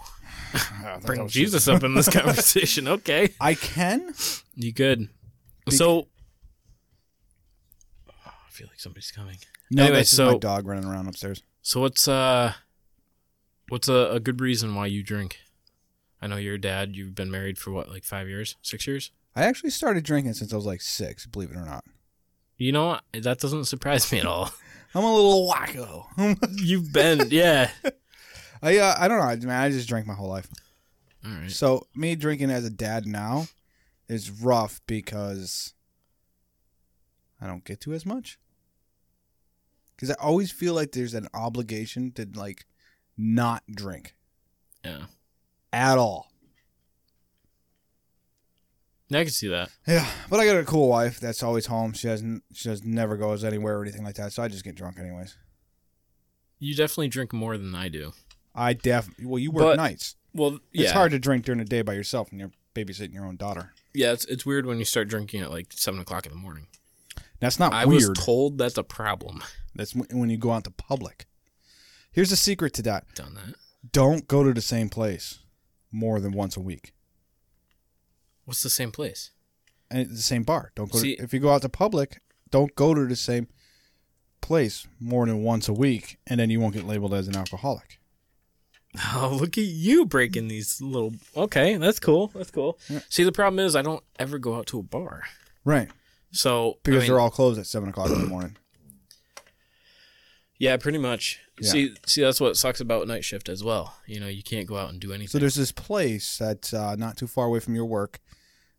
I thought that
Bring
was
Jesus up (laughs) in this conversation. Okay.
I can.
You good? So, Oh, I feel like somebody's coming.
No,
Anyway,
that's just
so-
my dog running around upstairs.
So what's uh, what's a, a good reason why you drink? I know you're a dad. You've been married for what, like five years, six years?
I actually started drinking since I was like six, believe it or not.
You know what? That doesn't surprise me at all. (laughs)
I'm a little wacko. (laughs)
You've been, yeah.
I uh, I don't know, man. I just drank my whole life.
All right.
So me drinking as a dad now is rough because I don't get to as much. Because I always feel like there's an obligation to like not drink
Yeah.
at all.
I can see that.
Yeah, but I got a cool wife that's always home. She doesn't. She just never goes anywhere or anything like that. So I just get drunk anyways.
You definitely drink more than I do.
I def. Well, you work
But-
nights.
Well,
It's hard to drink during the day by yourself when you're babysitting your own daughter.
Yeah, it's, it's weird when you start drinking at like seven o'clock in the morning.
That's not
I
weird.
was told that's a problem. (laughs)
That's wh- when you go out to public. Here's the secret to that:
Done that.
don't go to the same place more than once a week,
What's the same place?
and it's the same bar. Don't go.
See-
to, if you go out to public, don't go to the same place more than once a week, and then you won't get labeled as an alcoholic.
Oh, look at you breaking these little. Okay, that's cool. That's cool. See, the problem is I don't ever go out to a bar.
Right,
So
because
I mean,
they're all closed at seven o'clock in the morning.
yeah, pretty much.
Yeah.
See, see, that's what sucks about night shift as well. You know, you can't go out and do anything.
So there's this place that's uh, not too far away from your work,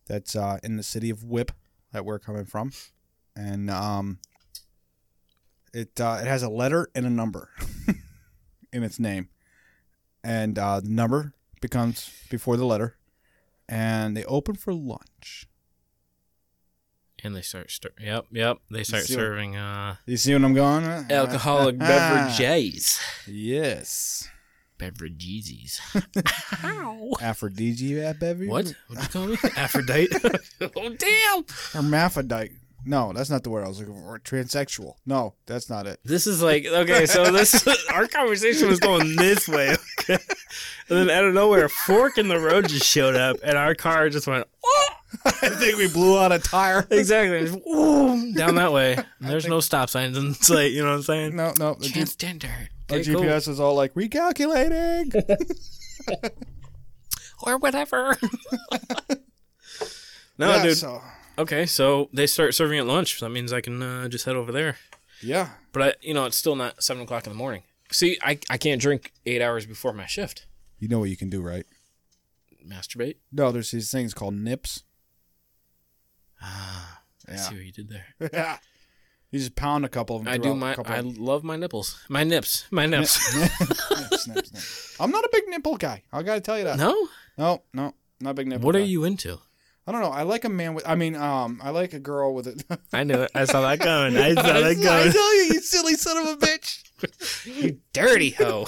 that's uh, in the city of Whip that we're coming from, and um, it uh, it has a letter and a number (laughs) in its name, and uh, the number becomes before the letter, and they open for lunch.
and they start, stir- yep, yep. They start
see what-
serving uh,
You see what I'm going? with? (laughs)
alcoholic beverages,
Yes,
beverages.
aphrodisiac beverage.
What? What
(laughs)
you call me? Aphrodite. oh damn!
Hermaphrodite. No, that's not the word I was looking for. Transsexual. No, that's not it.
This is like okay.
(laughs)
So this (laughs) our conversation was going this way, okay? and then out of nowhere, a fork in the road just showed up, and our car just went
(laughs) I think we blew out a tire.
exactly Just, "Whoom," (laughs) down that way.
(laughs)
And there's no stop signs in (laughs) sight. You know what I'm saying?
No, no. The, G-
Chance Tinder.
our
Okay, cool.
GPS is all like recalculating. (laughs)
or whatever. (laughs) (laughs) no,
yeah,
dude.
So,
Okay, so they start serving at lunch. So that means I can uh, just head over there.
yeah.
But I, you know, it's still not seven o'clock in the morning. See, I I can't drink eight hours before my shift.
You know what you can do, right?
Masturbate.
No, there's these things called nips.
Ah, I
Yeah.
see what you did
(laughs)
there.
you just pound a couple of them.
I do
throughout
my.
A couple
I
(laughs) of-
love my nipples. My nips. My nips.
nips, nips, nips. I'm not a big nipple guy. I gotta tell you that.
no.
no, no, not a big nipple.
What are
guy.
you into?
I don't know. I like a man with. I mean, um, I like a girl
(laughs)
with (laughs) a.
I knew it. I saw that coming. (laughs) I saw
I tell you, you silly son of a bitch.
you dirty hoe.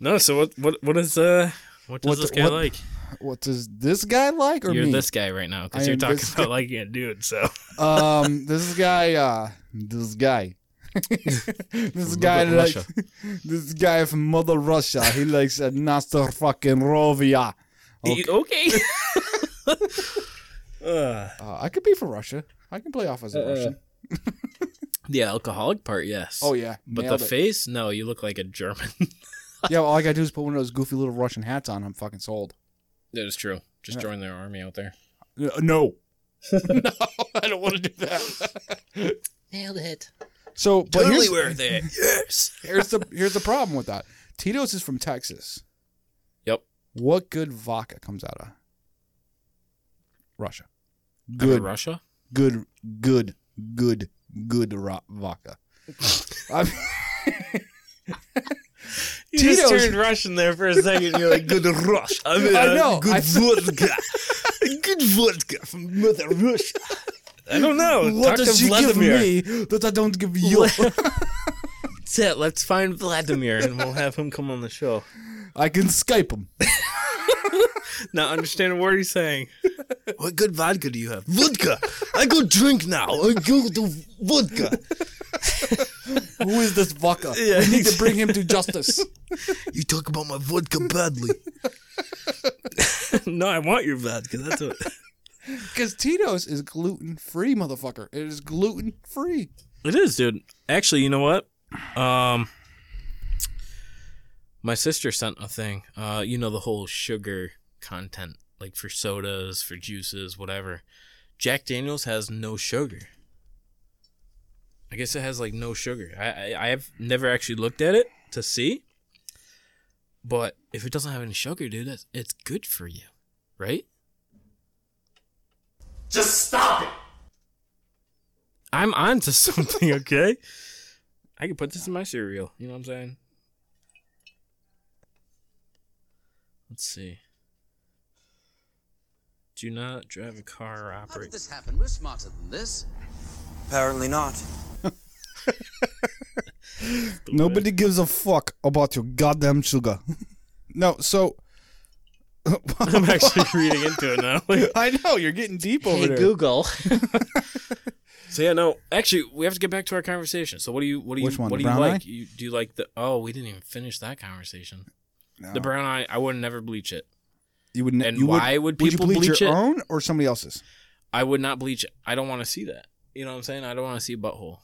no. So what? What? What is uh? What does
What
this
the-
guy
what-
like?
What does this guy like or
You're
me?
this guy right now
I
because you're
am
talking
this
about liking a dude. So
um this guy uh this
(laughs)
guy this guy
Mother
likes,
Russia.
(laughs) this guy from mother russia he likes a nasty fucking rovia
okay. uh,
uh, i could be from russia i can play off as a russian
the alcoholic part, yes.
oh yeah
But
nailed
the
it.
face, no. You look like a German. (laughs)
yeah all i gotta do is put one of those goofy little russian hats on i'm fucking
(laughs)
sold
that is true. Just join their army out there.
Uh, no (laughs) no i don't want to do
(laughs)
that
Nailed it.
so but
Totally
here's,
worth it. Yes.
here's the here's the problem with that tito's is from texas
Yep.
what good vodka comes out of russia
I'm in
good
Russia.
good, good, good, good ro-
(laughs)
vodka. I'm-
You
Tito's-
just turned Russian there for a second. and You're like, good Rush. I, mean,
I know,
Good
I-
vodka. good vodka from Mother Russia. I don't know. Talk to Vladimir.
me that I don't give you?
That's it. Let's find Vladimir and we'll have him come on the show.
(laughs) I can Skype him.
Now understand a word he's saying.
What good vodka do you have? Vodka. I go drink now. I go to vodka. (laughs)
Who is this vodka?
Yeah.
We need to bring him to justice. (laughs)
You talk about my vodka badly. (laughs) no, I want your vodka. That's what.
Because Tito's is gluten free, motherfucker. It is gluten free.
It is, dude. Actually, you know what? Um, my sister sent a thing. Uh, you know the whole sugar content, like for sodas, for juices, whatever. Jack Daniels has no sugar. I guess it has like no sugar. I I, I have never actually looked at it to see. But if it doesn't have any sugar, dude, that's, it's good for you, right?
Just stop it.
I'm on to (laughs) something, okay? I can put this in my cereal. You know what I'm saying? Let's see. Do not drive a car or operate.
this happened? We're smarter than this.
Apparently not.
Nobody gives a fuck about your goddamn sugar. (laughs) no,
(laughs)
so
I'm actually reading into it now.
(laughs) I know you're getting deep over there.
Google. so yeah, no. Actually, we have to get back to our conversation. So what do you what do you
Which one,
what
the
do you
brown
like?
eye?
You do you like the Oh, we didn't even finish that conversation. The
No.
brown eye, I would never bleach it.
You would. ne-
And
you
why would
you
people
bleach,
bleach
your
it?
own or somebody else's?
I would not bleach it. I don't want to see that. You know what I'm saying? I don't want to see a butthole.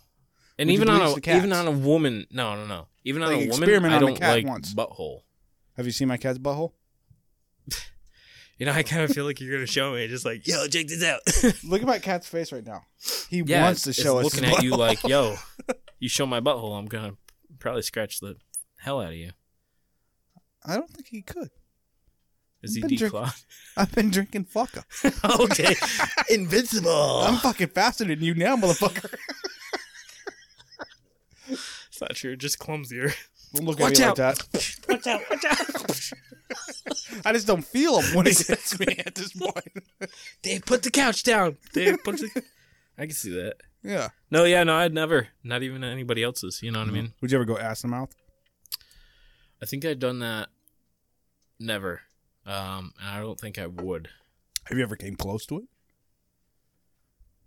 And
Would you
even on
bleach
a
the cats?
even on a woman, no, no, no. Even on
Like,
a woman,
experiment
I
on a
don't
cat
like
once.
butthole.
Have you seen my cat's butthole?
You know, I kind of feel like you're gonna show me, just like, yo, check this out. (laughs)
Look at my cat's face right now. He
yeah,
wants to
it's
show us.
looking
his
at you
butthole. (laughs)
like, yo, you show my butthole, I'm gonna probably scratch the hell out of you.
I don't think he could.
Is he
Been drink-
declawed? (laughs)
I've been drinking vodka.
(laughs) okay, invincible.
I'm fucking faster than you now,
(laughs)
motherfucker.
It's not true. Just clumsier.
Don't look at me like that. Watch out! Watch out! (laughs) I just don't feel him
(laughs)
when he hits me at this point.
Dave, put the couch down. Dave, put the. I can see that.
Yeah.
No, yeah, no, I'd never. Not even anybody else's. You know what I mean?
Would you ever go ass in the mouth?
I think I'd done that. Never. Um, and I don't think I would.
Have you ever came close to it?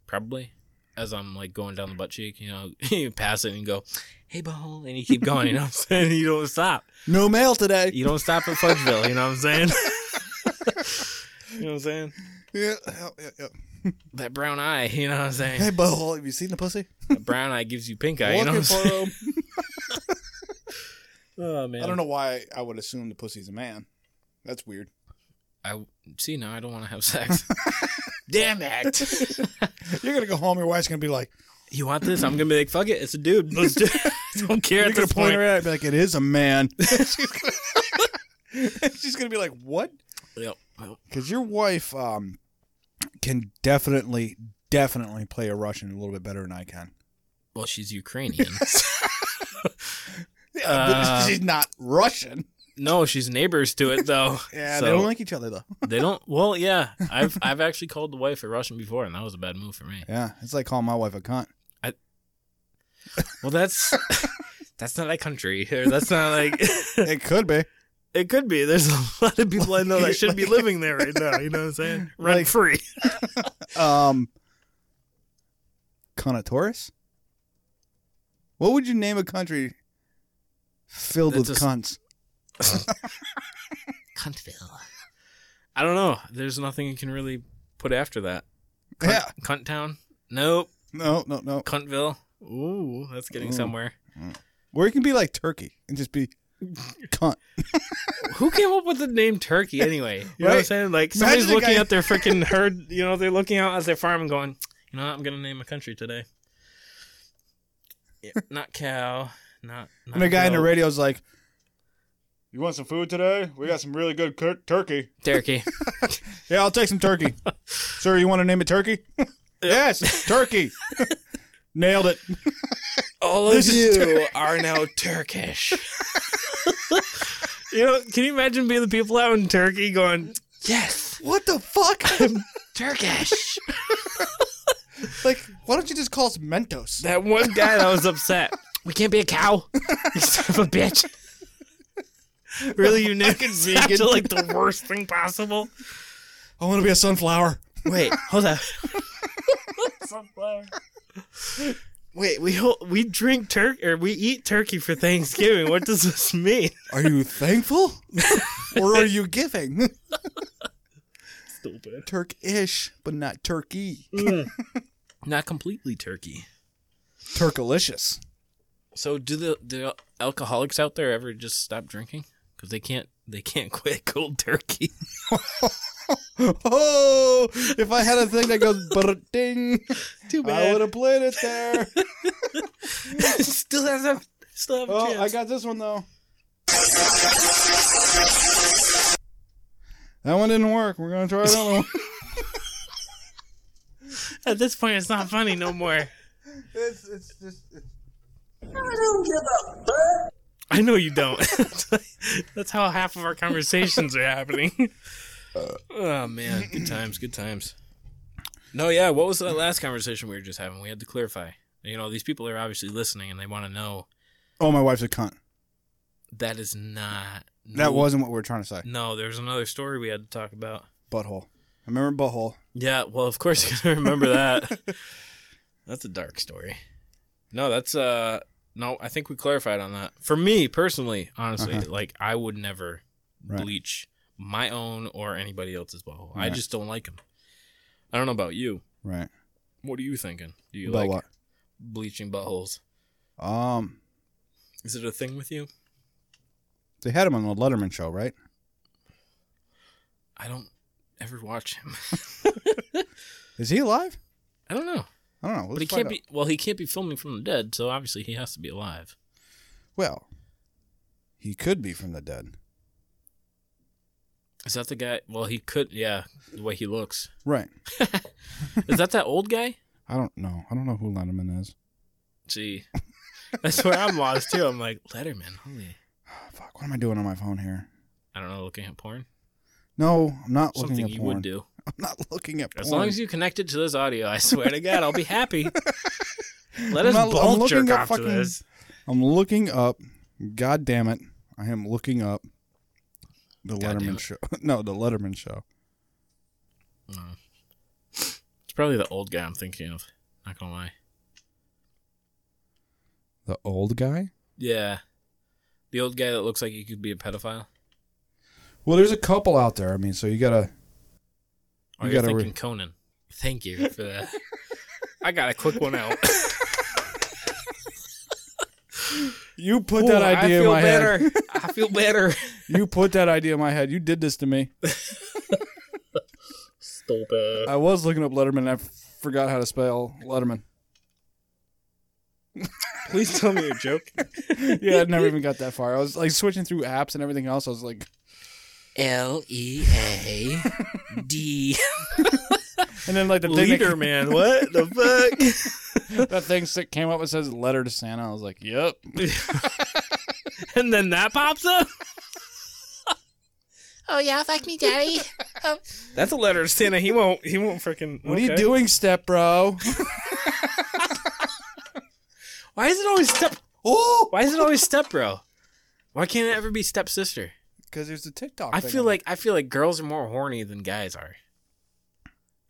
probably as I'm like going down the butt cheek, you know, (laughs) you pass it and you go, hey, butthole, and you keep going, you know what I'm (laughs) saying? You don't stop.
No mail today.
You don't stop at Fudgeville, you know what I'm saying? (laughs) you know what I'm saying?
Yeah, yeah, yeah, yeah.
That brown eye, you know what I'm
Hey,
saying?
butthole, have you seen the pussy?
That brown eye gives you pink eye, you know what I'm saying?
him.
Oh, man.
I don't know why I would assume the pussy's a man. That's weird.
I, see, now I don't want to
(laughs)
have sex. Damn it. (laughs)
You're gonna go home. Your wife's gonna be like,
you want this? I'm going to be like, fuck it, it's a dude. Let's do (laughs) don't care
you're
at
gonna
this
point
point.
her at, it, be like, it is a
(laughs)
man. she's, gonna, she's gonna (laughs) be like, what?
Yep, yep.
Because your wife um, can definitely, definitely play a Russian a little bit better than I can. (laughs)
Well, she's Ukrainian. (laughs)
Yeah, but
Um,
she's not Russian.
no, she's neighbors to it, though.
Yeah,
So-
they don't like each other though.
They don't. Well, yeah, I've I've actually called the wife a Russian before, and that was a bad move for me.
Yeah, it's like calling my wife a cunt.
Well, that's (laughs) that's not a country. (laughs) Or that's not like
It could be.
It could be. There's a lot of people I know that should be living there right now. You know what I'm
(laughs)
saying? Rent
Like-
free.
Um, Connotaurus? What would you name a country filled
That's
with
a s-
cunts?
Cuntville. I don't know. There's nothing you can really put after that. Cunt,
Yeah.
Cunt town. Nope.
No, no, no.
Cuntville. Ooh, that's getting somewhere.
Or it can be like Turkey and just be cunt.
Who came up with the name Turkey anyway? You know what I'm
Right.
saying? Like
Imagine
somebody's
the
looking
guy-
at their (laughs) freaking herd. You know, they're looking out at their farm and going, "You know, what? I'm gonna name a country today. Yeah, (laughs) not cow. Not." not
And the guy in the (laughs)
goat.
radio's like, "You want some food today? We got some really good cur- turkey.
Turkey.
Yeah, I'll take some turkey, (laughs) sir. You want to name it turkey? yes, (laughs) turkey. Nailed it.
All of you are now Turkish. you know, can you imagine being the people out in Turkey going, Yes,
What the fuck?
(laughs) Turkish?
like, why don't you just call us Mentos?
that one guy that was upset. We can't be a cow. You son of a bitch. Really, you (laughs) naked vegan? To, like the worst thing possible.
I want to be a sunflower.
Wait, hold (laughs) on. Wait, we ho- we drink turkey or we eat turkey for Thanksgiving. What does this mean?
(laughs) Are you thankful, or are you giving? Turkish, but not turkey.
(laughs) Not completely turkey.
Turkalicious.
So do the the alcoholics out there ever just stop drinking because they can't they can't quit (laughs) cold turkey?
Oh, if I had a thing that goes brr, ding,
Too
I would have played it (laughs) there.
(laughs) still has a still have a
Oh,
chance.
I got this one though. That one didn't work. We're gonna try another one.
At this point, it's not funny no more.
(laughs) it's, it's just
I know you don't. (laughs) That's how half of our conversations are happening.
Oh man, good times, good times. No, yeah. What was that last conversation we were just having? We had to clarify. You know, these people are obviously listening and they want to know
(laughs) Oh, my wife's a cunt.
that is not.
That wasn't what we were trying to say.
No, there's another story we had to talk about.
Butthole. I remember butthole.
Yeah, well, of course (laughs) you're gonna remember (laughs) that. that's a dark story. No, that's uh, no. I think we clarified on that. For me personally, honestly, like I would never
Uh-huh. Right.
bleach my own or anybody else's butthole. I
Right.
just don't like them. I don't know about you.
Right.
What are you thinking? Do you
About
like
what?
bleaching buttholes?
Um,
Is it a thing with you?
they had him on the Letterman show, right?
I don't ever watch him. (laughs)
Is he alive?
I don't know,
I don't know.
but he can't be. Well, he can't be filming from the dead, so obviously he has to be alive.
Well, he could be from the dead.
Is that the guy? Well, he could. Yeah, the way he looks.
Right. (laughs)
Is that that old guy?
I don't know. I don't know who Letterman is.
Gee, that's where I'm lost too. I'm like Letterman. Holy,
Oh, fuck. What am I doing on my phone here?
I don't know. Looking at porn,
No, I'm not looking
something
at
you
porn.
would do.
(laughs) I'm not looking at porn.
As long as you connect it to this audio, I swear to God, I'll
(laughs)
be happy.
Let
I'm
us
not- I'm
both
looking
jerk
up
off to
fucking-
this.
I'm looking up. God damn it! I am looking up the
God damn
Letterman
it.
show. (laughs) No, the Letterman show.
It's probably the old guy I'm thinking of. Not gonna lie.
The old guy.
Yeah, the old guy that looks like he could be a pedophile.
Well, there's a couple out there. I mean, so you gotta.
Oh,
You
you are
gotta re-
thinking Conan. Thank you for that. I got a quick
(laughs)
one out.
You put
Ooh,
that idea
I
in
feel
my
(laughs) better.
head.
I feel better.
You put that idea in my head. You did this to
(laughs)
me.
Stupid.
I was looking up Letterman. and I f- forgot how to spell Letterman.
Please tell me a joke.
(laughs) Yeah, I never even got that far. I was like switching through apps and everything else. I was like,
L E A
(laughs)
D.
and then like the thing
Leader
that,
(laughs)
man, what the fuck?
(laughs) that thing that came up. It says letter to Santa. I was like, yep.
And then that pops up.
Oh yeah, fuck me, daddy. Um,
That's a letter to Santa. He won't. He won't freaking.
What are you
okay.
doing, step bro?
Why is it always step?
oh,
Why is it always step bro? Why can't it ever be stepsister?
because there's the TikTok.
I
thing
feel
on it.
like I feel like girls are more horny than guys are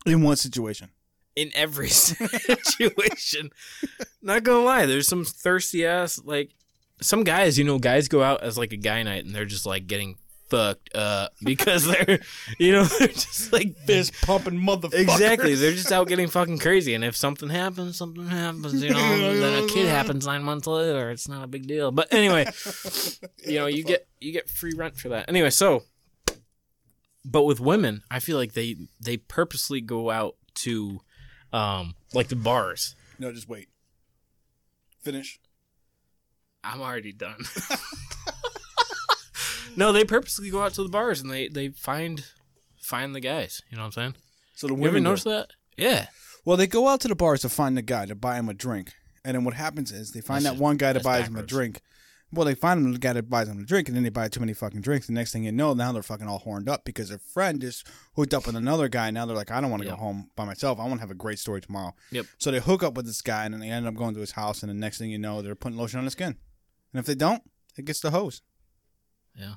in what situation?
in every (laughs) situation. Not gonna lie, there's some thirsty ass like some guys. You know, guys go out as like a guy night and they're just like getting fucked up (laughs) because they're you know (laughs) they're just like
fist pumping motherfucker.
Exactly. They're just out getting fucking crazy. And if something happens, something happens, you know, and then a kid happens nine months later, it's not a big deal. But anyway, you know, you get you get free rent for that. Anyway, so but with women, I feel like they they purposely go out to um like the bars.
No, just wait. Finish.
I'm already done. (laughs) no, they purposely go out to the bars and they they find find the guys, you know what I'm saying?
So the
You ever
women
notice
notice
that? Yeah.
Well, they go out to the bars to find the guy to buy him a drink, and then what happens is they find
That's-
that one guy to
that's
buy him a
backwards.
drink. Well, they find him the guy that buys him a drink, and then they buy too many fucking drinks. The next thing you know, now they're fucking all horned up because their friend just hooked up with another guy. Now they're like, I don't want to
Yep.
go home by myself. I want to have a great story tomorrow.
Yep.
So they hook up with this guy, and then they end up going to his house. And the next thing you know, they're putting lotion on his skin. And if they don't, it gets the hose.
Yeah.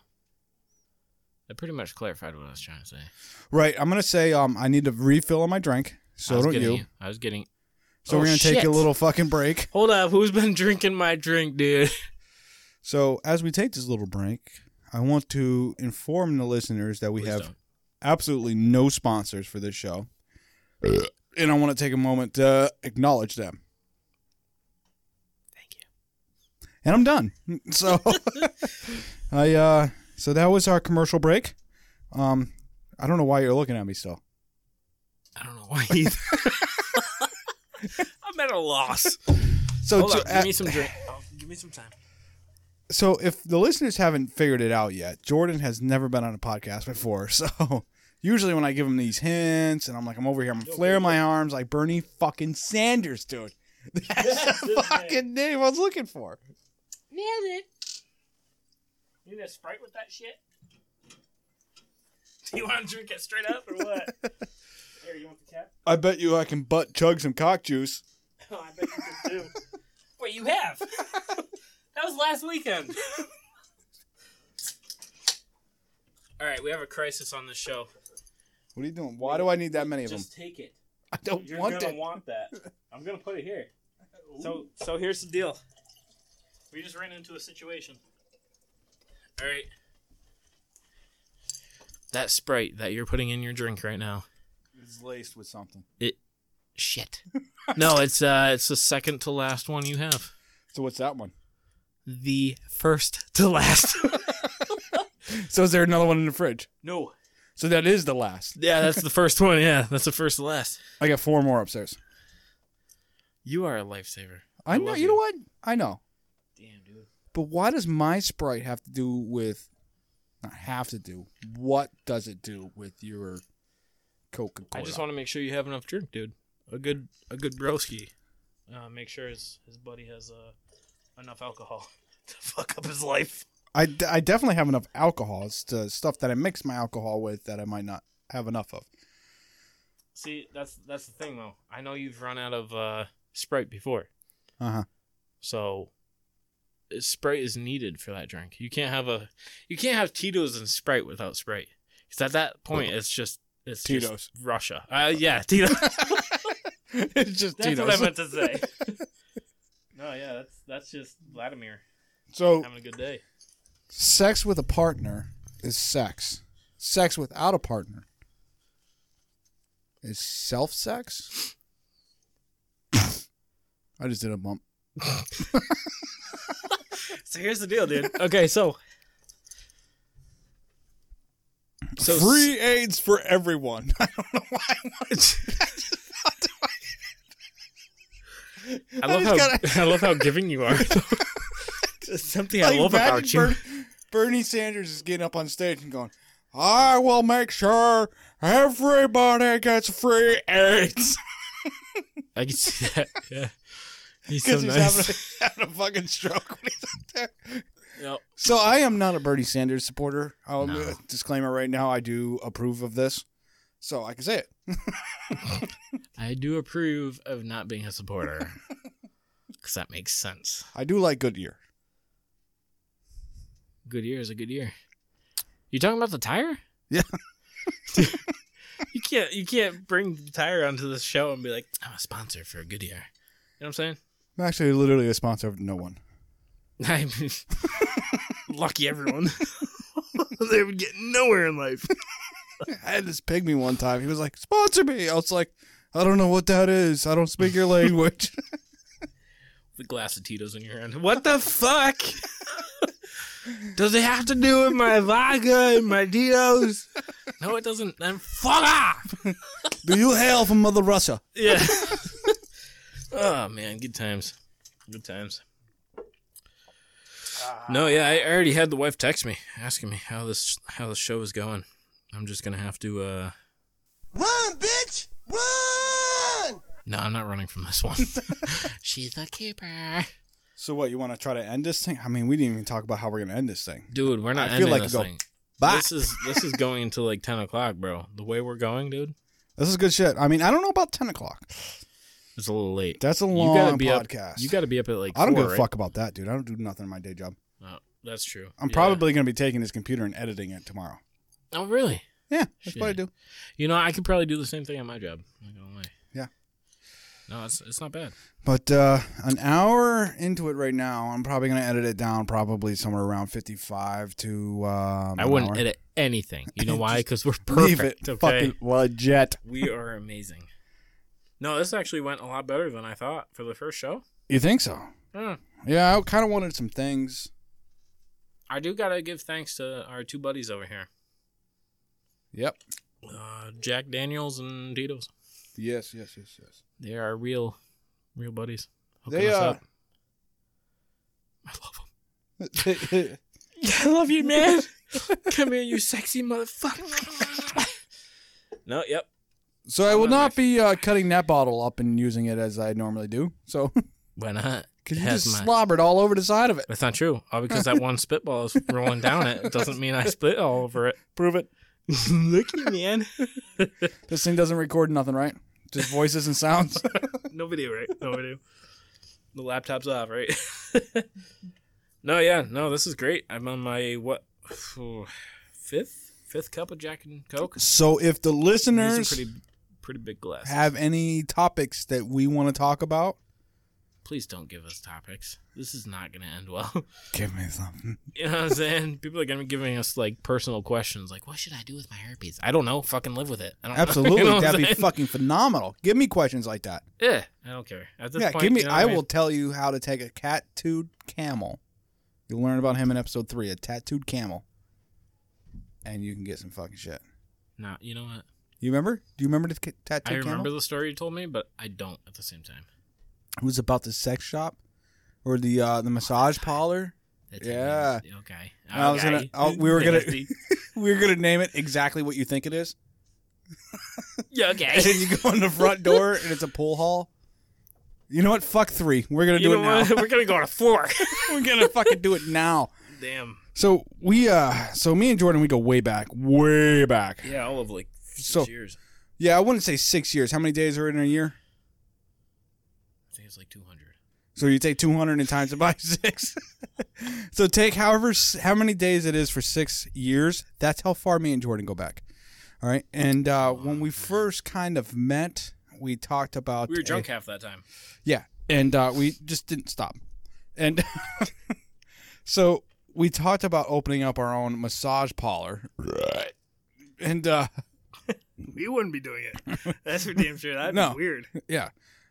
That pretty much clarified what I was trying to say.
Right. I'm gonna say um I need to refill on my drink.
I
So
was
don't
getting
you.
I was getting.
So
Oh,
we're gonna take a
shit.
little fucking break.
Hold up. Who's been (laughs) drinking my drink, dude?
So as we take this little break, I want to inform the listeners that we
Please
have
don't.
absolutely no sponsors for this show. and I want to take a moment to acknowledge them. Thank you. And I'm done. (laughs) So I uh so that was our commercial break. Um I don't know why you're looking at me still.
I don't know why
(laughs)
either. (laughs) I'm at a loss.
(laughs) So
Hold
to-
on, give me some drink. Oh, give me some time.
so if the listeners haven't figured it out yet, Jordan has never been on a podcast before. (laughs) So usually when I give him these hints and I'm like, I'm over here, I'm flaring my arms like Bernie fucking Sanders, dude. (laughs) That's the fucking name I was looking for.
You need a sprite with that shit? (laughs) Do you want to drink it straight up or
(laughs)
what? Here, you want the cap?
I bet you I can butt chug some cock juice.
Oh, I bet you did too. Wait, you
(laughs)
have? that was last weekend. All right, we have a crisis on this show.
What are you doing? Why do I need that many of them?
Just take it.
I don't
You're
want
gonna
that.
want that. I'm gonna put it here. (laughs) So so here's the deal. We just ran into a situation. All right. That sprite that you're putting in your drink right (laughs) now.
It's laced with something.
Shit. no, it's uh it's the second to last one you have.
So what's that one?
The first to last.
So is there another one in the fridge?
no.
So that is the last.
(laughs) Yeah, that's the first one. Yeah, that's the first to last.
I got four more upstairs.
You are a lifesaver.
I, know.
love
You know what? I know.
Damn, dude.
But why does my Sprite have to do with? Not have to do. What does it do with your Coca
I
Cola?
just want to make sure you have enough drink, dude. A good a good broski. Uh, make sure his his buddy has uh, enough alcohol (laughs) to fuck up his life.
I, d- I definitely have enough alcohols to stuff that I mix my alcohol with that I might not have enough of.
See, that's that's the thing though. I know you've run out of uh, Sprite before,
Uh huh.
so uh, Sprite is needed for that drink. You can't have a you can't have Tito's and Sprite without Sprite. 'Cause at that point, it's just it's just
Tito's.
Russia. Uh, yeah, (laughs) Tito's.
it's just
that's
Tito's.
what I meant
(laughs)
to say. no, yeah, that's that's just Vladimir
so
having a good day.
sex with a partner is sex. Sex without a partner is self sex. (laughs) I just did a bump. (laughs)
So here's the deal, dude. Okay, so so
Free AIDS for everyone. (laughs) I don't know why. I wanted
I love how
I just
(laughs) I love how giving you are. It's something I
Like,
love about
imagine
you.
Bern- Bernie Sanders is getting up on stage and going, I will make sure everybody gets free AIDS. (laughs)
I can see that. Yeah, he's so
Because he's
nice.
having, a, having a fucking stroke when he's up there.
Yep.
So I am not a Bernie Sanders supporter. I'll
No.
uh, disclaimer right now, I do approve of this. So I can say it.
I do approve of not being
(laughs)
a supporter because that makes sense.
I do like Goodyear.
Good year is a good year. You talking about the tire?
Yeah.
(laughs) you can't you can't bring the tire onto this show and be like, I'm a sponsor for a good year. You know what I'm saying?
I'm actually literally a sponsor of no one.
(laughs) I mean, (laughs) lucky (laughs) everyone. they would get nowhere in life.
I had this pygmy one time. He was like, sponsor me. I was like, I don't know what that is. I don't speak your (laughs) language.
(laughs) The glass of Tito's in your hand. What the (laughs) fuck? Does it have to do with my vodka and my Tito's? No, it doesn't. Then fuck off.
do you hail from Mother Russia?
Yeah. oh man, good times. Good times. No, yeah, I I already had the wife text me asking me how this how the show is going. I'm just gonna have to. uh
Run, bitch! Run!
No, I'm not running from
(laughs)
this one. (laughs) She's a keeper,
So what? You want to try to end this thing? I mean, we didn't even talk about how we're gonna end this thing.
dude. We're not
I feel
ending
like
this
go,
thing.
Bye.
This is this is going until like ten o'clock, bro. The way we're going, dude,
This is good shit. I mean, I don't know about ten o'clock.
it's a little late.
That's a
you
long
gotta be
podcast.
Up, you got to be up at like.
I don't
four,
give a
right?
fuck about that, dude. I don't do nothing in my day job.
No, that's true.
I'm
Yeah.
probably gonna be taking this computer and editing it tomorrow.
Oh really?
Yeah, that's what I
Shit.
do.
You know, I could probably do the same thing at my job. I'm not gonna lie.
Yeah.
No, it's it's not bad.
But uh, an hour into it right now, I'm probably going to edit it down probably somewhere around 55 to. Um,
I
an
wouldn't
hour.
edit anything.
(laughs)
You know why? Because we're
Leave
perfect.
it
okay.
fucking legit.
We are amazing. No, this actually went a lot better than I thought for the first show.
You think so?
Yeah.
Yeah, I kind of wanted some things.
I do gotta give thanks to our two buddies over here,
Yep.
uh, Jack Daniels and Tito's.
Yes, yes, yes, yes.
They are real, real buddies. Hooking
They
us
uh,
up. I love them.
(laughs)
I love you, man. Come here, you sexy motherfucker. (laughs) no, yep.
so I will
on,
not be uh, cutting that bottle up and using it as I normally do. So (laughs)
Why not?
because
It
you
has
just
my-
slobbered all over the side of it.
That's not true. All because that one spitball is rolling down it it doesn't mean I spit all over it.
Prove it.
(laughs) Look at me, man.
This thing doesn't record nothing, right? Just voices and
(laughs)
sounds.
No video, right?
(laughs)
No video. The laptop's off, right? (laughs) no, yeah, no, this is great. I'm on my what (sighs) fifth fifth cup of Jack and Coke.
so if the
These are
listeners
pretty pretty big glasses.
have any topics that we want to talk about,
Please don't give us topics. This is not gonna end well. (laughs)
give me something.
you know what I'm saying? People are gonna be giving us like personal questions, like what should I do with my herpes? I don't know. Fucking live with it. I don't know. (laughs)
(laughs)
You
Absolutely,
know what I'm
that'd be
saying?
fucking phenomenal. Give me questions like that.
Yeah, I don't care. At this
yeah,
point,
give me.
you know what
I
mean?
will tell you how to take a tattooed camel. You'll learn about him in episode three, a tattooed camel, and you can get some fucking shit.
No, you know what?
You remember? Do you remember the ca- tattooed
I remember
camel?
the story you told me, but I don't at the same time.
Who's about the sex shop or the uh, the massage parlor?
That
Yeah.
technically- (laughs) Okay.
I was gonna-
Okay.
oh, we
(laughs)
were gonna-
Nasty.
We are gonna name it exactly what you think it is, (laughs)
yeah. (laughs)
and
Okay.
then you go in the front door, and it's a pool hall. You know what? Fuck three. We're gonna
You
do
know
it now.
what? We're gonna go to (laughs) four.
(laughs) We're gonna fucking do it now.
Damn.
So we uh, so me and Jordan, we go way back, way back.
Yeah, all
(laughs)
of like
So-
six years.
Yeah, I wouldn't say six years. How many days are in a year?
I think it's like two hundred.
So you take 200 and times it by (laughs) six. so take however s- how many days it is for six years. That's how far me and Jordan go back. All right, and
Oh,
uh, when we first kind of met, we talked about
We were
a-
drunk half that time.
yeah, and uh, we just didn't stop, and (laughs) so we talked about opening up our own massage parlor. And uh,
We wouldn't be doing it. That's for damn sure. That'd
No.
be weird.
Yeah,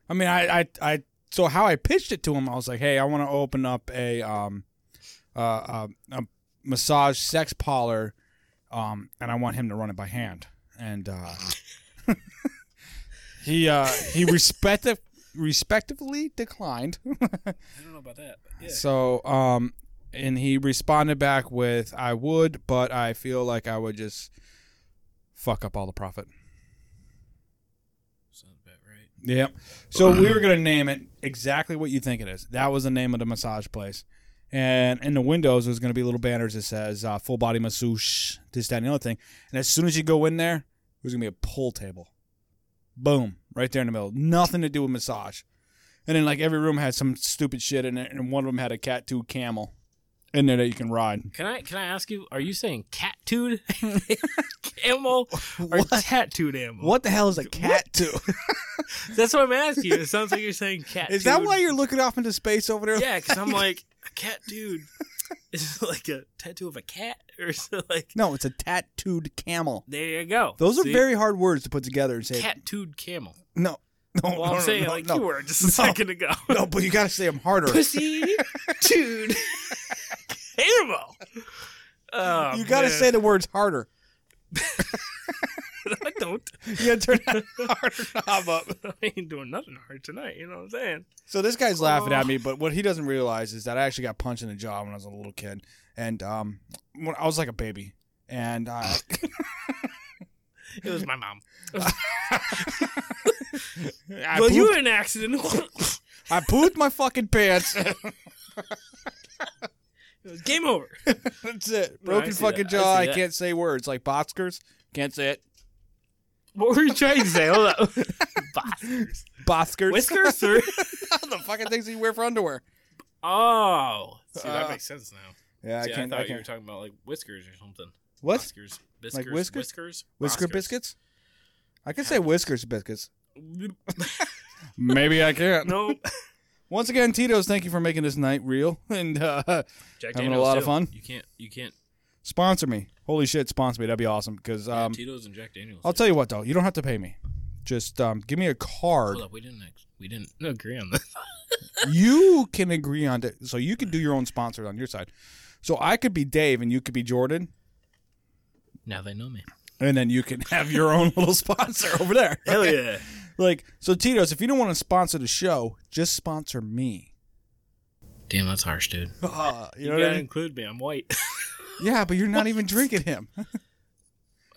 I mean, I, I, I. So how I pitched it to him, I was like, "Hey, I want to open up a um, uh, uh, a massage sex parlor, um, and I want him to run it by hand." And uh, (laughs) he uh, he respective respectively declined.
I don't know about that. But yeah.
so um, and he responded back with, "I would, but I feel like I would just fuck up all the profit."
Sounds about right.
Yep. So we were gonna name it exactly what you think it is. That was the name of the massage place, and in the windows there's gonna be little banners that says uh, "full body massage," this, that, and the other thing. And as soon as you go in there, there's gonna be a pull table. Boom! Right there in the middle. Nothing to do with massage. And then like every room had some stupid shit in it, and one of them had a cat tattoo camel in there that you can ride.
Can I can I ask you? Are you saying tattooed (laughs)
(laughs)
camel or tattooed animal?
What the hell is a cat too? (laughs)
That's what I'm asking you. It sounds like you're saying cat.
is that why you're looking off into space over there?
Yeah, (laughs) because I'm like a cat dude. Is it like a tattoo of a cat or is it like?
No, it's a tattooed camel.
There you go.
Those are
See?
very hard words to put together and say.
tattooed camel.
No. No,
Well,
no,
I'm
no,
saying
no,
like
no.
you were just a second
(laughs)
ago.
No, but you gotta say them harder.
Pussy, dude, animal. Oh,
you gotta
man.
say the words harder.
I don't.
You gotta turn
(laughs)
that harder knob up.
I ain't doing nothing hard tonight. You know what I'm saying?
So this
Oh.
guy's laughing at me, but what he doesn't realize is that I actually got punched in the jaw when I was a little kid, and um, when I was like a baby, and uh,
It was my mom.
I,
well,
pooped,
you were in an accident. (laughs)
I pooped my fucking pants.
It was game over.
That's it.
No, I
Broken
see
fucking
that. I
jaw.
see
I,
that.
can't say words like Boskers. Can't say it.
What were you trying to say? Hold up. Boskers.
Boskers.
Whiskers or
the fucking things you wear for underwear.
(laughs) oh, see that
Uh,
makes sense now.
Yeah,
See,
I
I,
can't.
thought
I,
you were
can't.
talking about like whiskers or something.
What?
Whiskers,
Like
biscuits,
whiskers?
whiskers,
Whisker
Boskers. (laughs)
biscuits. I can say whiskers biscuits. Maybe I can't.
Nope.
Once again, Tito's, thank you for making this night real (laughs) and uh,
Jack
having a
Daniels,
lot
too.
of fun.
You can't. You can't.
Sponsor me. Holy shit, sponsor me. That'd be awesome. Because um,
Tito's and Jack Daniels.
I'll tell you what, though, you don't have to pay me. Just um, give me a card.
Hold up, we didn't. ex- We didn't agree on this.
you can agree on it. So you could do your own sponsors on your side. So I could be Dave and you could be Jordan.
(laughs) now they know me.
And then you can (laughs) have your own little sponsor over there.
(laughs)
Hell yeah.
(laughs) Like, so Tito's, if you don't want to sponsor the show, just sponsor me.
Damn, that's harsh, dude.
Uh, you
You,
know what
gotta
I mean?
include me. I'm white. (laughs)
Yeah, but you're not even drinking him.
I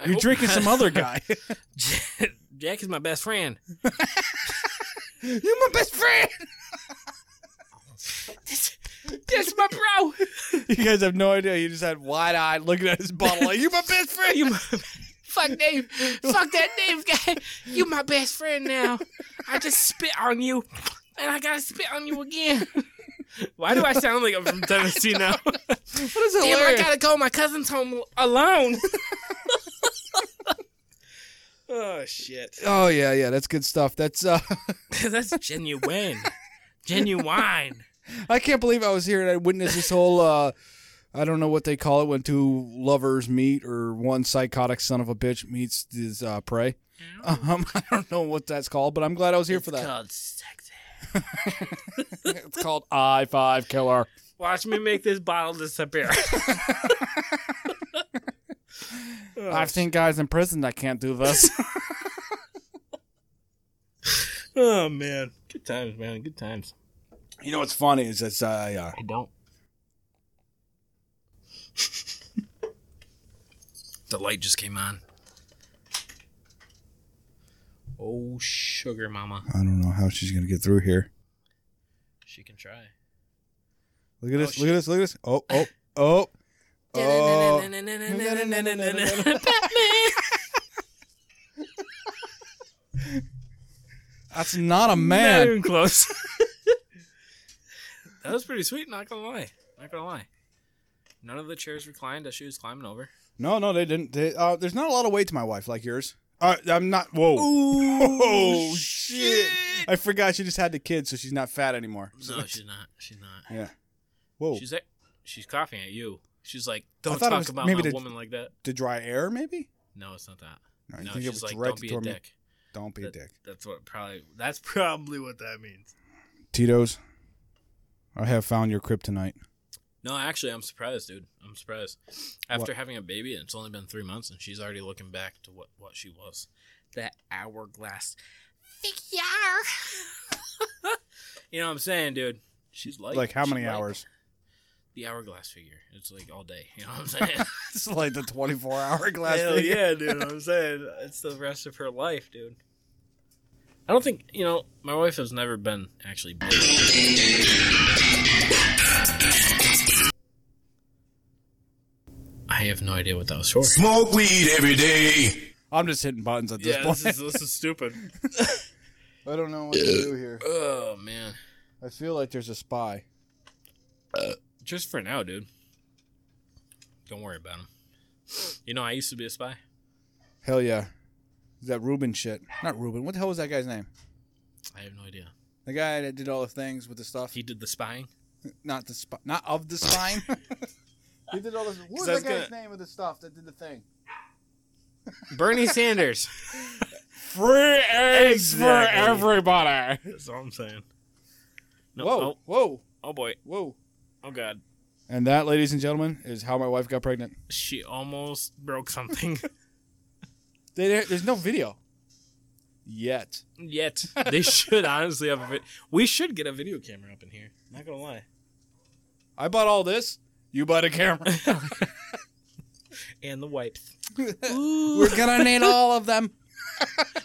You're
hope
drinking
not. (laughs)
some other guy.
Oh.
(laughs)
Jack is my best friend.
you're my best
(laughs)
friend.
That's my bro.
(laughs) You guys have no idea. You just had wide eyed looking at his bottle like, you're my best friend. You my-
Fuck Dave. Fuck that Dave guy. (laughs) You my best friend now. I just spit on you, and I gotta spit on you again. (laughs) Why do I sound like I'm from Tennessee (laughs) now?
what is
Damn, I
hilarious?
gotta go. My cousin's home alone. oh shit.
Oh, yeah, yeah. That's good stuff. That's, uh,
(laughs)
(laughs)
That's genuine. (laughs) genuine.
I can't believe I was here and I witnessed this whole, uh, I don't know what they call it when two lovers meet or one psychotic son of a bitch meets his uh, prey. (laughs) Um, I don't know what that's called, but I'm glad I was here for that.
God, sexy.
(laughs) It's called I Five Killer.
Watch me make this bottle
(laughs)
disappear.
I've seen guys in prison that can't do this.
oh, man.
Good times, man. Good times.
you know what's funny is it's uh, yeah.
I don't. (laughs) the light just came on. Oh, sugar mama.
I don't know how she's gonna get through here.
She can try.
Look at this! Look at this! Look at this! Oh oh oh
(laughs)
oh! That's not a
Not
man.
even
(laughs)
close.
That was pretty sweet, not gonna lie. Not gonna lie. None of the chairs reclined as she was climbing over.
No no they didn't. They, uh, there's not a lot of weight to my wife like yours. Uh, I'm not. Whoa! (laughs) oh shit! I forgot she just had the kids, so she's not fat anymore.
No, she's not. She's not.
Yeah. Whoa!
She's like, she's coughing at you. She's like,
I
don't
thought it
talk
was
about
maybe
my
the-
woman like that.
the dry air, maybe?
No, it's not that.
No, you
No,
think it was
she's like, don't
directed
be a
toward me?
dick.
Don't be a
That-
dick.
That's what probably. That's (laughs) probably.
Probably what that means.
Tito's, I have found your kryptonite.
No, actually, I'm surprised, dude. I'm surprised. After having a baby, and it's only been three months, and she's already looking back to what what she was. That hourglass figure. (laughs) you know what I'm saying, dude? She's like,
Like how
she's
many
like
hours?
The hourglass figure. It's like all day. You know what I'm
(laughs)
saying?
(laughs) It's like the 24 (laughs) hour glass.
Hell yeah, dude. I'm saying it's the rest of her life, dude. I don't think you know. My wife has never been actually. Big. I have no idea what that was for.
Smoke weed every day.
I'm just hitting buttons at this
Yeah,
point.
this is this is stupid.
(laughs) I don't know what to do here.
(laughs) Oh man,
I feel like there's a spy.
just for now, dude. Don't worry about him. You know, I used to be a spy.
Hell yeah. Is that Ruben shit? Not Ruben. What the hell was that guy's name?
I have no idea.
The guy that did all the things with the stuff.
He did the spying.
not the spy. Not of the (laughs) spine. he did (laughs) all this. What was
I
that
was
guy's
gonna-
name with the stuff that did the thing?
Bernie Sanders.
Free eggs
(laughs) Exactly.
everybody.
That's all I'm saying. No,
Whoa,
Oh,
whoa,
oh boy.
whoa.
Oh god.
And that, ladies and gentlemen, is how my wife got pregnant.
She almost broke something. (laughs)
They, there- there's no video yet.
(laughs) Yet they should honestly have a. Vid- we should get a video camera up in here. Not gonna lie.
I bought all this. You bought a camera.
And the wipes.
(laughs) We're gonna need all of them.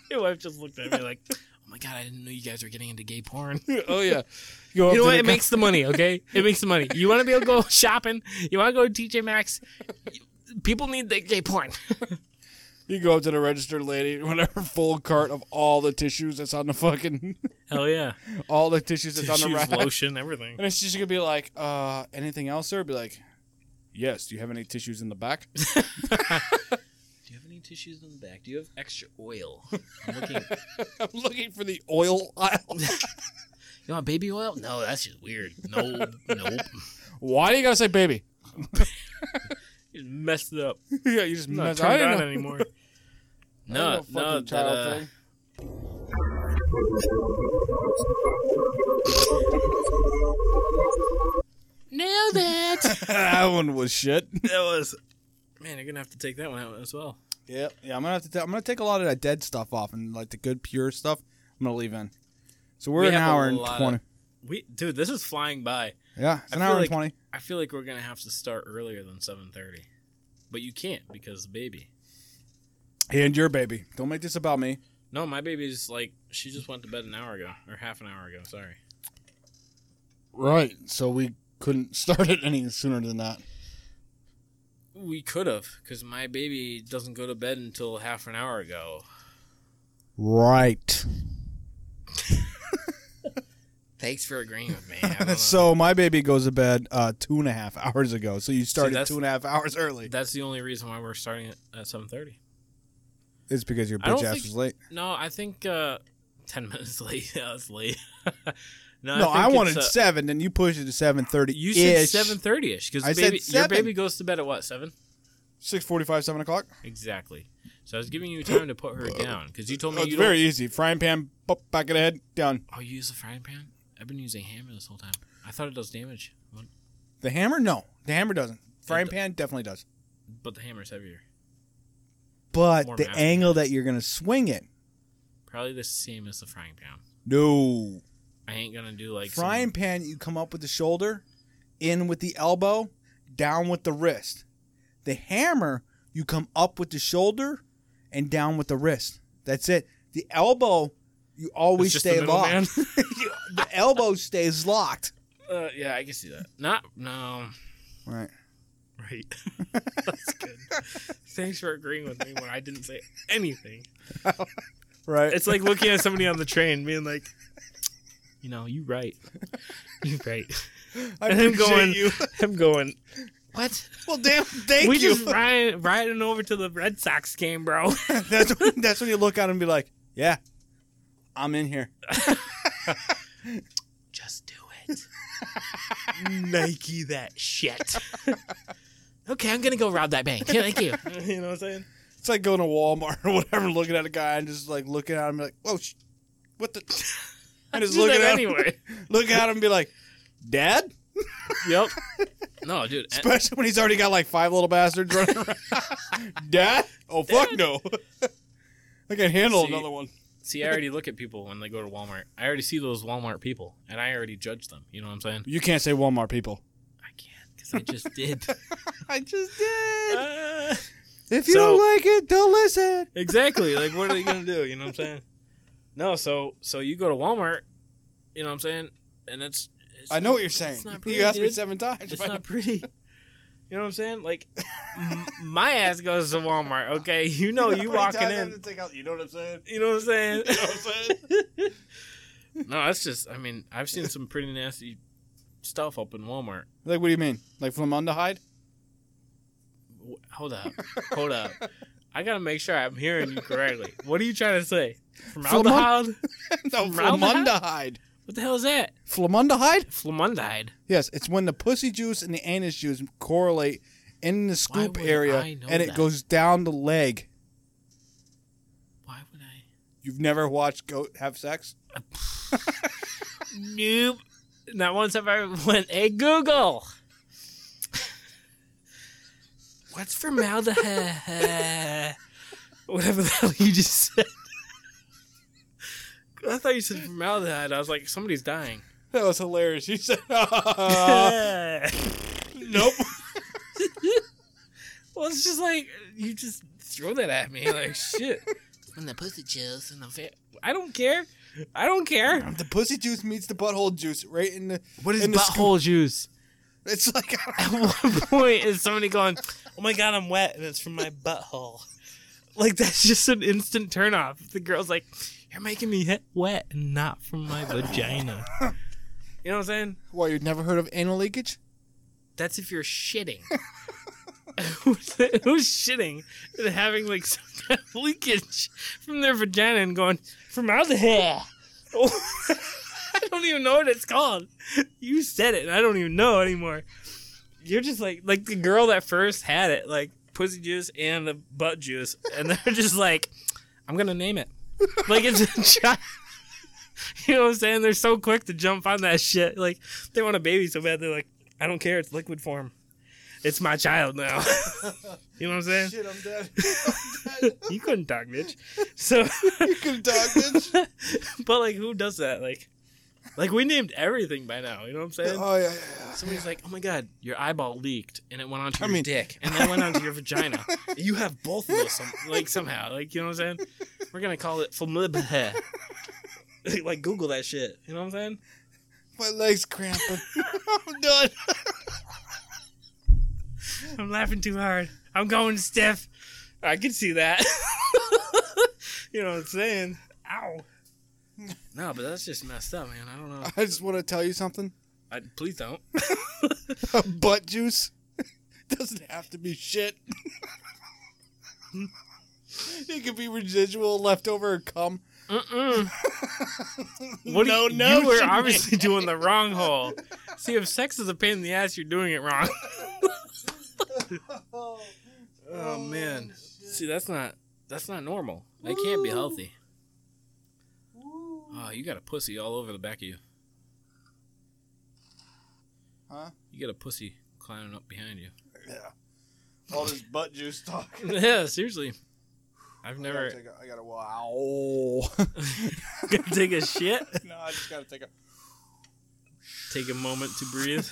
Your wife just looked at me like, (laughs) "Oh my god, I didn't know you guys were getting into gay porn." you
(laughs) Oh yeah.
know what? It makes the money. (laughs) Okay, it makes the money. You want to be able to go shopping. You want to go to TJ Maxx. People need the gay porn.
you go up to the registered lady (laughs) with her full cart of all the tissues that's on the fucking (laughs)
Hell (laughs) yeah.
all the tissues that's on the
Tissues,
rack.
lotion, everything.
And it's just gonna be like, uh, anything else, sir? Be like, yes. Do you have any tissues in the back?
Do you have any
clean tissues in the back? Do you have extra oil?
(laughs) I'm looking for the oil (laughs) aisle.
You want baby oil? No, that's just weird.
(laughs)
No, nope.
Why do you gotta say baby?
You messed it up.
(laughs) yeah, you just
I'm not
mess. I
turned on
didn't know.
(laughs)
anymore.
I
No,
didn't know
no,
fucking
that, uh,
thing.
nailed it.
(laughs) that one was shit. (laughs)
That was
Man, you're gonna have to take that one out as well.
Yep. Yeah, I'm gonna have to. i am I'm gonna take a lot of that dead stuff off and like the good pure stuff. I'm gonna leave in. So we're
We
an
have a
hour and
lot
twenty.
of- We, dude, this is flying by.
yeah, it's
I
an
feel
hour
like-
and twenty.
I feel like we're gonna have to start earlier than 7:30, but you can't because the baby.
And your baby. Don't make this about me.
No, my baby's like she just went to bed an hour ago or half an hour ago. Sorry.
Right. So we couldn't (laughs) start it any sooner than that.
We could have, because my baby doesn't go to bed until half an hour ago.
Right.
Thanks for agreeing with me. I
(laughs)
don't know.
(laughs) So my baby goes to bed uh, two and a half hours ago. So you started
that's-
two and a half hours early.
that's the only reason why we're starting it at 7:30.
It's because your
I don't
bitch ass
think-
was late.
No, I think uh, 10 (laughs) minutes late. Yeah, that's late. (laughs) no,
No,
think
I,
it's,
wanted
uh,
seven, then you pushed it to seven thirty.
You said 7:30 ish
I
because
said
baby, your
seven.
baby goes to bed at what seven?
six forty-five, seven o'clock.
Exactly. So I was giving you time to put her down because you told me
Oh, it's
you
very easy. Frying pan, pop, back of the head, done.
Don't... Oh, you use a frying pan? I've been using hammer this whole time. I thought it does damage, What-
The hammer, no, the hammer doesn't. Frying
It-
pan definitely does.
but the hammer's heavier.
But
More
the
massive.
angle that you're gonna swing it,
Probably the same as the frying pan.
no.
I ain't gonna do like some-
Frying pan, you come up with the shoulder, in with the elbow, down with the wrist. The hammer, you come up with the shoulder, and down with the wrist. That's it. The elbow, you always
It's just the
stay
middle
locked. (laughs)
man.
the elbow stays locked.
Uh, yeah, I can see that. Not no.
Right.
Right. (laughs) That's good. Thanks for agreeing with me when I didn't say anything.
Right.
it's like looking at somebody on the train being like,
You know, you right. You right.
I
and him
appreciate
going,
you.
(laughs) him going,
What?
Well, damn, thank
we
you. (laughs)
just riding, riding over to the Red Sox game, bro. (laughs)
that's when, that's when you look at him and be like, "Yeah, I'm in here."
Just do it.
Nike that shit.
Okay, I'm gonna go rob that (laughs) bank. Thank you.
(laughs) you know what I'm saying?
It's like going to Walmart (laughs) or whatever, looking at a guy and just like looking at him like, "Whoa, sh- what (laughs) the?" And just
Do
looking
that
at (laughs)
anyway.
him, look at him and be like, (laughs) "Dad,"
yep. No, dude. a-
especially when he's already got like five little bastards running around. (laughs) Dad? Oh fuck no! (laughs) I can handle
See-
another one.
See, I already look at people when they go to Walmart. I already see those Walmart people, and I already judge them. You know what I'm (laughs) saying?
You can't say Walmart people.
I can't because I just did. (laughs)
I just did.
Uh,
if you
so-
don't like it, don't listen.
exactly. Like, what are they gonna do? You know what I'm saying? No. So, so you go to Walmart. You know what I'm saying? And it's. it's
I know what you're saying.
It's not pretty,
You asked me
dude.
seven times. if I
It's
(laughs)
not pretty. You know what I'm saying? Like, m- my ass goes to Walmart.
(laughs)
Okay, you know you walking in.
you know what I'm saying?
You know what I'm saying?
saying?
(laughs) no, that's just. I mean, I've seen some pretty nasty stuff up in Walmart.
like, what do you mean? Like formaldehyde?
W- Hold up, hold
(laughs)
up. I gotta make sure I'm hearing you correctly. What are you trying to say? Formaldehyld?
(laughs) no,
Formaldehyde? What the hell is that?
Formaldehyde?
Flamundied.
Yes, it's when the pussy juice and the anus juice correlate in the scoop
would
area,
I
and
know
it
that?
goes down the leg.
Why would I?
You've never watched goat have sex?
Nope. Not once have I went. Hey Google. What's formaldehyde? Whatever the hell you just said. I thought you said formaldehyde. I was like, somebody's dying.
That was hilarious. You said, (laughs) "Nope."
Well, it's just like you just throw that
(laughs)
at me, like shit. When the pussy chills and the fa- I don't care. I don't care.
the pussy juice meets the butthole juice, right in the.
What is
in the scoop.
butthole juice?
It's like (laughs)
At one point, is somebody going, "Oh my god, I'm wet," and it's from my butthole. Like that's just an instant turnoff. The girl's like, "You're making me hit wet, and not from my vagina." You know what I'm saying?
what you've never heard of anal leakage?
That's if you're shitting.
who's, (laughs) who's shitting and having like some (laughs) kind of leakage from their vagina and going from out the hair. (laughs) I don't even know what it's called. You said it, and I don't even know anymore. You're just like like the girl that first had it, like pussy juice and the butt juice, and they're (laughs) just like, I'm gonna name it. Like it's a child. (laughs) You know what I'm saying? They're so quick to jump on that shit. Like they want a baby so bad, they're like, I don't care. It's liquid form. It's my child now. (laughs) you know what I'm saying?
Shit, I'm dead. (laughs)
you couldn't talk, bitch. So
you couldn't talk, bitch.
(laughs) but like, who does that? Like, like we named everything by now. You know what I'm saying?
(laughs) Oh yeah, yeah,
Somebody's like, "Oh my god, your eyeball leaked, and it went onto
I
your
mean-
dick, and
(laughs)
then went onto your vagina. You have both of those, some, like somehow, like you know what I'm saying? We're gonna call it flamibah. (laughs) like Google that shit. You know what I'm saying?
My legs cramping. I'm done.
I'm laughing too hard. I'm going stiff. I can see that. (laughs) you know what I'm saying?
(laughs)
Ow. No, but that's just messed up, man. I don't know.
I just want to tell you something.
I, please don't.
Butt juice (laughs) doesn't have to be shit. (laughs) it could be residual, leftover cum. (laughs)
What
No,
do you,
no,
you were
she-
obviously doing the wrong
(laughs)
hole. See, if sex is a pain in the ass, you're doing it wrong. (laughs) oh man, see, that's not that's not normal. That can't be healthy. Oh, you got a pussy all over the back of you.
Huh?
You got a pussy climbing up behind
(laughs)
you.
(laughs) All this butt juice talk.
yeah, seriously. I've
I
never
gotta take a, I gotta wow.
gonna (laughs) take a shit.
(laughs) no, I just gotta take a.
Take a moment to breathe.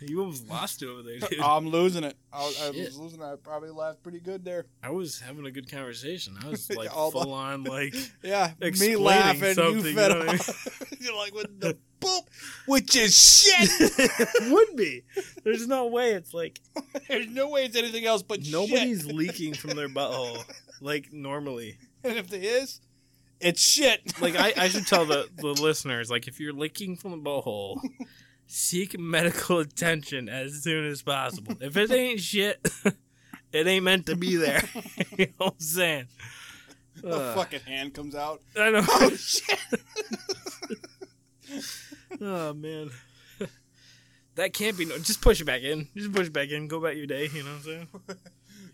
You almost lost it over
(laughs)
there, dude.
I'm losing it. I, was- I
Shit.
was losing it. I probably laughed pretty good there.
I was having a good conversation. I
(laughs)
was like
All
full on
(laughs)
like
Yeah, me
Explaining
laughing, you
something,
fed
you know
(laughs)
what I
off. You're like, what the (laughs) boop? Which is shit.
(laughs) it would be. There's no way it's like
There's no way it's anything else but
nobody's
shit.
leaking from their butthole like normally. (laughs)
And if there is, it's shit.
Like I, I should tell (laughs) the, the listeners, like if you're leaking from the butthole, seek medical (laughs) attention as soon as possible. If it ain't shit, (laughs) it ain't meant to be there. (laughs) you know what I'm saying?
the
Ugh.
fucking hand comes out.
I know.
Oh shit!
(laughs) Oh man. That can't be no. Just push it back in. Just push it back in. Go about your day. You know what I'm saying?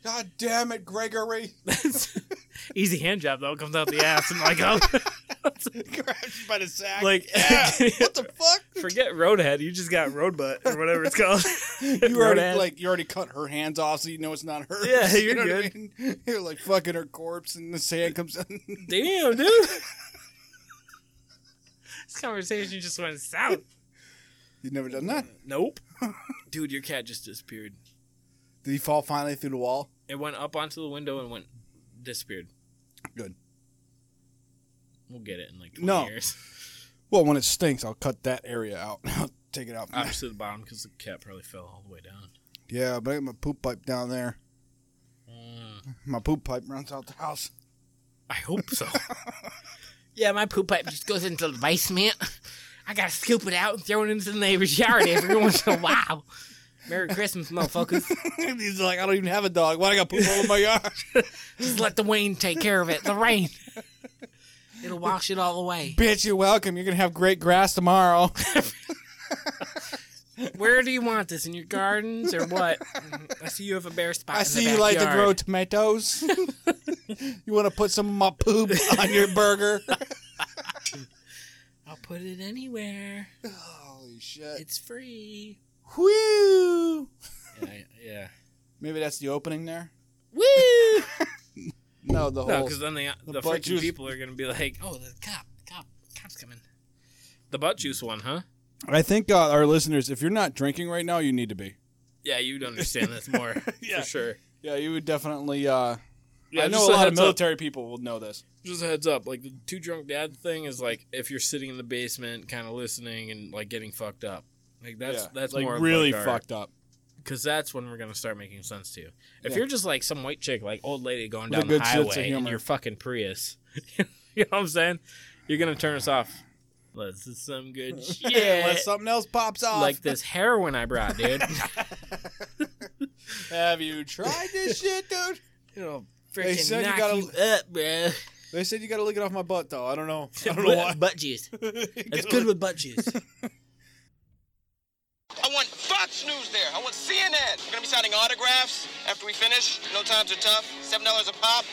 God damn it, Gregory! (laughs)
That's easy hand job though. Comes out the ass and like,
(laughs)
oh, (laughs)
Grabs you by the sack.
like
yeah. what the fuck?
(laughs) forget roadhead. You just got road butt or whatever it's called.
(laughs) You already
Roadhead.
like you already cut her hands off, so you know it's not her. (laughs)
Yeah,
You
you're
know what I
good.
mean? You're like fucking her corpse, and the sand comes out. (laughs)
damn dude. this conversation just went south.
You've never done that.
Nope. (laughs) Dude, your cat just disappeared.
Did he fall finally through the wall?
It went up onto the window and went disappeared.
Good.
We'll get it in like 20
No. (laughs)
years.
Well, when it stinks, I'll cut that area out. (laughs) I'll take it out. from there.
Obviously the bottom because the cat probably fell all the way down.
Yeah, but I got my poop pipe down there. My poop pipe runs out the house.
I hope so.
Yeah, my poop pipe just goes into the basement. I gotta scoop it out and throw it into the neighbor's yard every once in a while.
Merry Christmas,
(laughs)
motherfuckers.
He's like, I don't even have a dog. Why do I got poop all in my yard?
(laughs) Just let the wind take care of it. The rain. It'll wash it all away.
Bitch, you're welcome. You're gonna have great grass tomorrow.
Where do you want this? In your gardens or what? I see you have a bare spot.
(laughs) I
in
see
the
you like to
backyard.
grow (laughs) tomatoes. you want to put some of my (laughs) poop on your burger?
I'll put it anywhere.
Holy shit!
It's free.
Whoo!
(laughs) Yeah. I- yeah.
Maybe that's the opening there.
Woo!
No, the
No,
whole.
because then the, the,
the
freaking
butt juice-
people are gonna be like, "Oh, the cop, cop, cop's coming." The butt juice one, huh?
I think uh, our listeners, if you're not drinking right now, you need to be.
Yeah, you'd understand this (laughs) more
Yeah.
for sure.
Yeah, you would definitely. Uh,
Yeah,
I know
just
a lot of
heads up.
military people will know this.
just a heads up like the two drunk dad thing is like if you're sitting in the basement kind of listening and like getting fucked up like that's
yeah.
that's
like
more
really fucked up.
because that's when we're gonna start making sense to you if
Yeah.
you're just like some white chick like old lady going
With a
down the
good sense of
highway in (laughs)
humor.
your fucking prius you know what i'm saying you're gonna turn us off
This is some
(laughs)
good shit.
Unless something else pops off.
Like this heroin I brought,
(laughs)
dude.
Have you tried (laughs) this shit, dude?
You know,
They
freaking
said you
knock
gotta-
you up, bro.
They said you got to lick it off my butt, though. I don't know. I (laughs) don't know why.
Butt juice. It's good with butt juice.
I want Fox News there. I want CNN. We're gonna be signing autographs after we finish. No times are tough. Seven dollars a pop.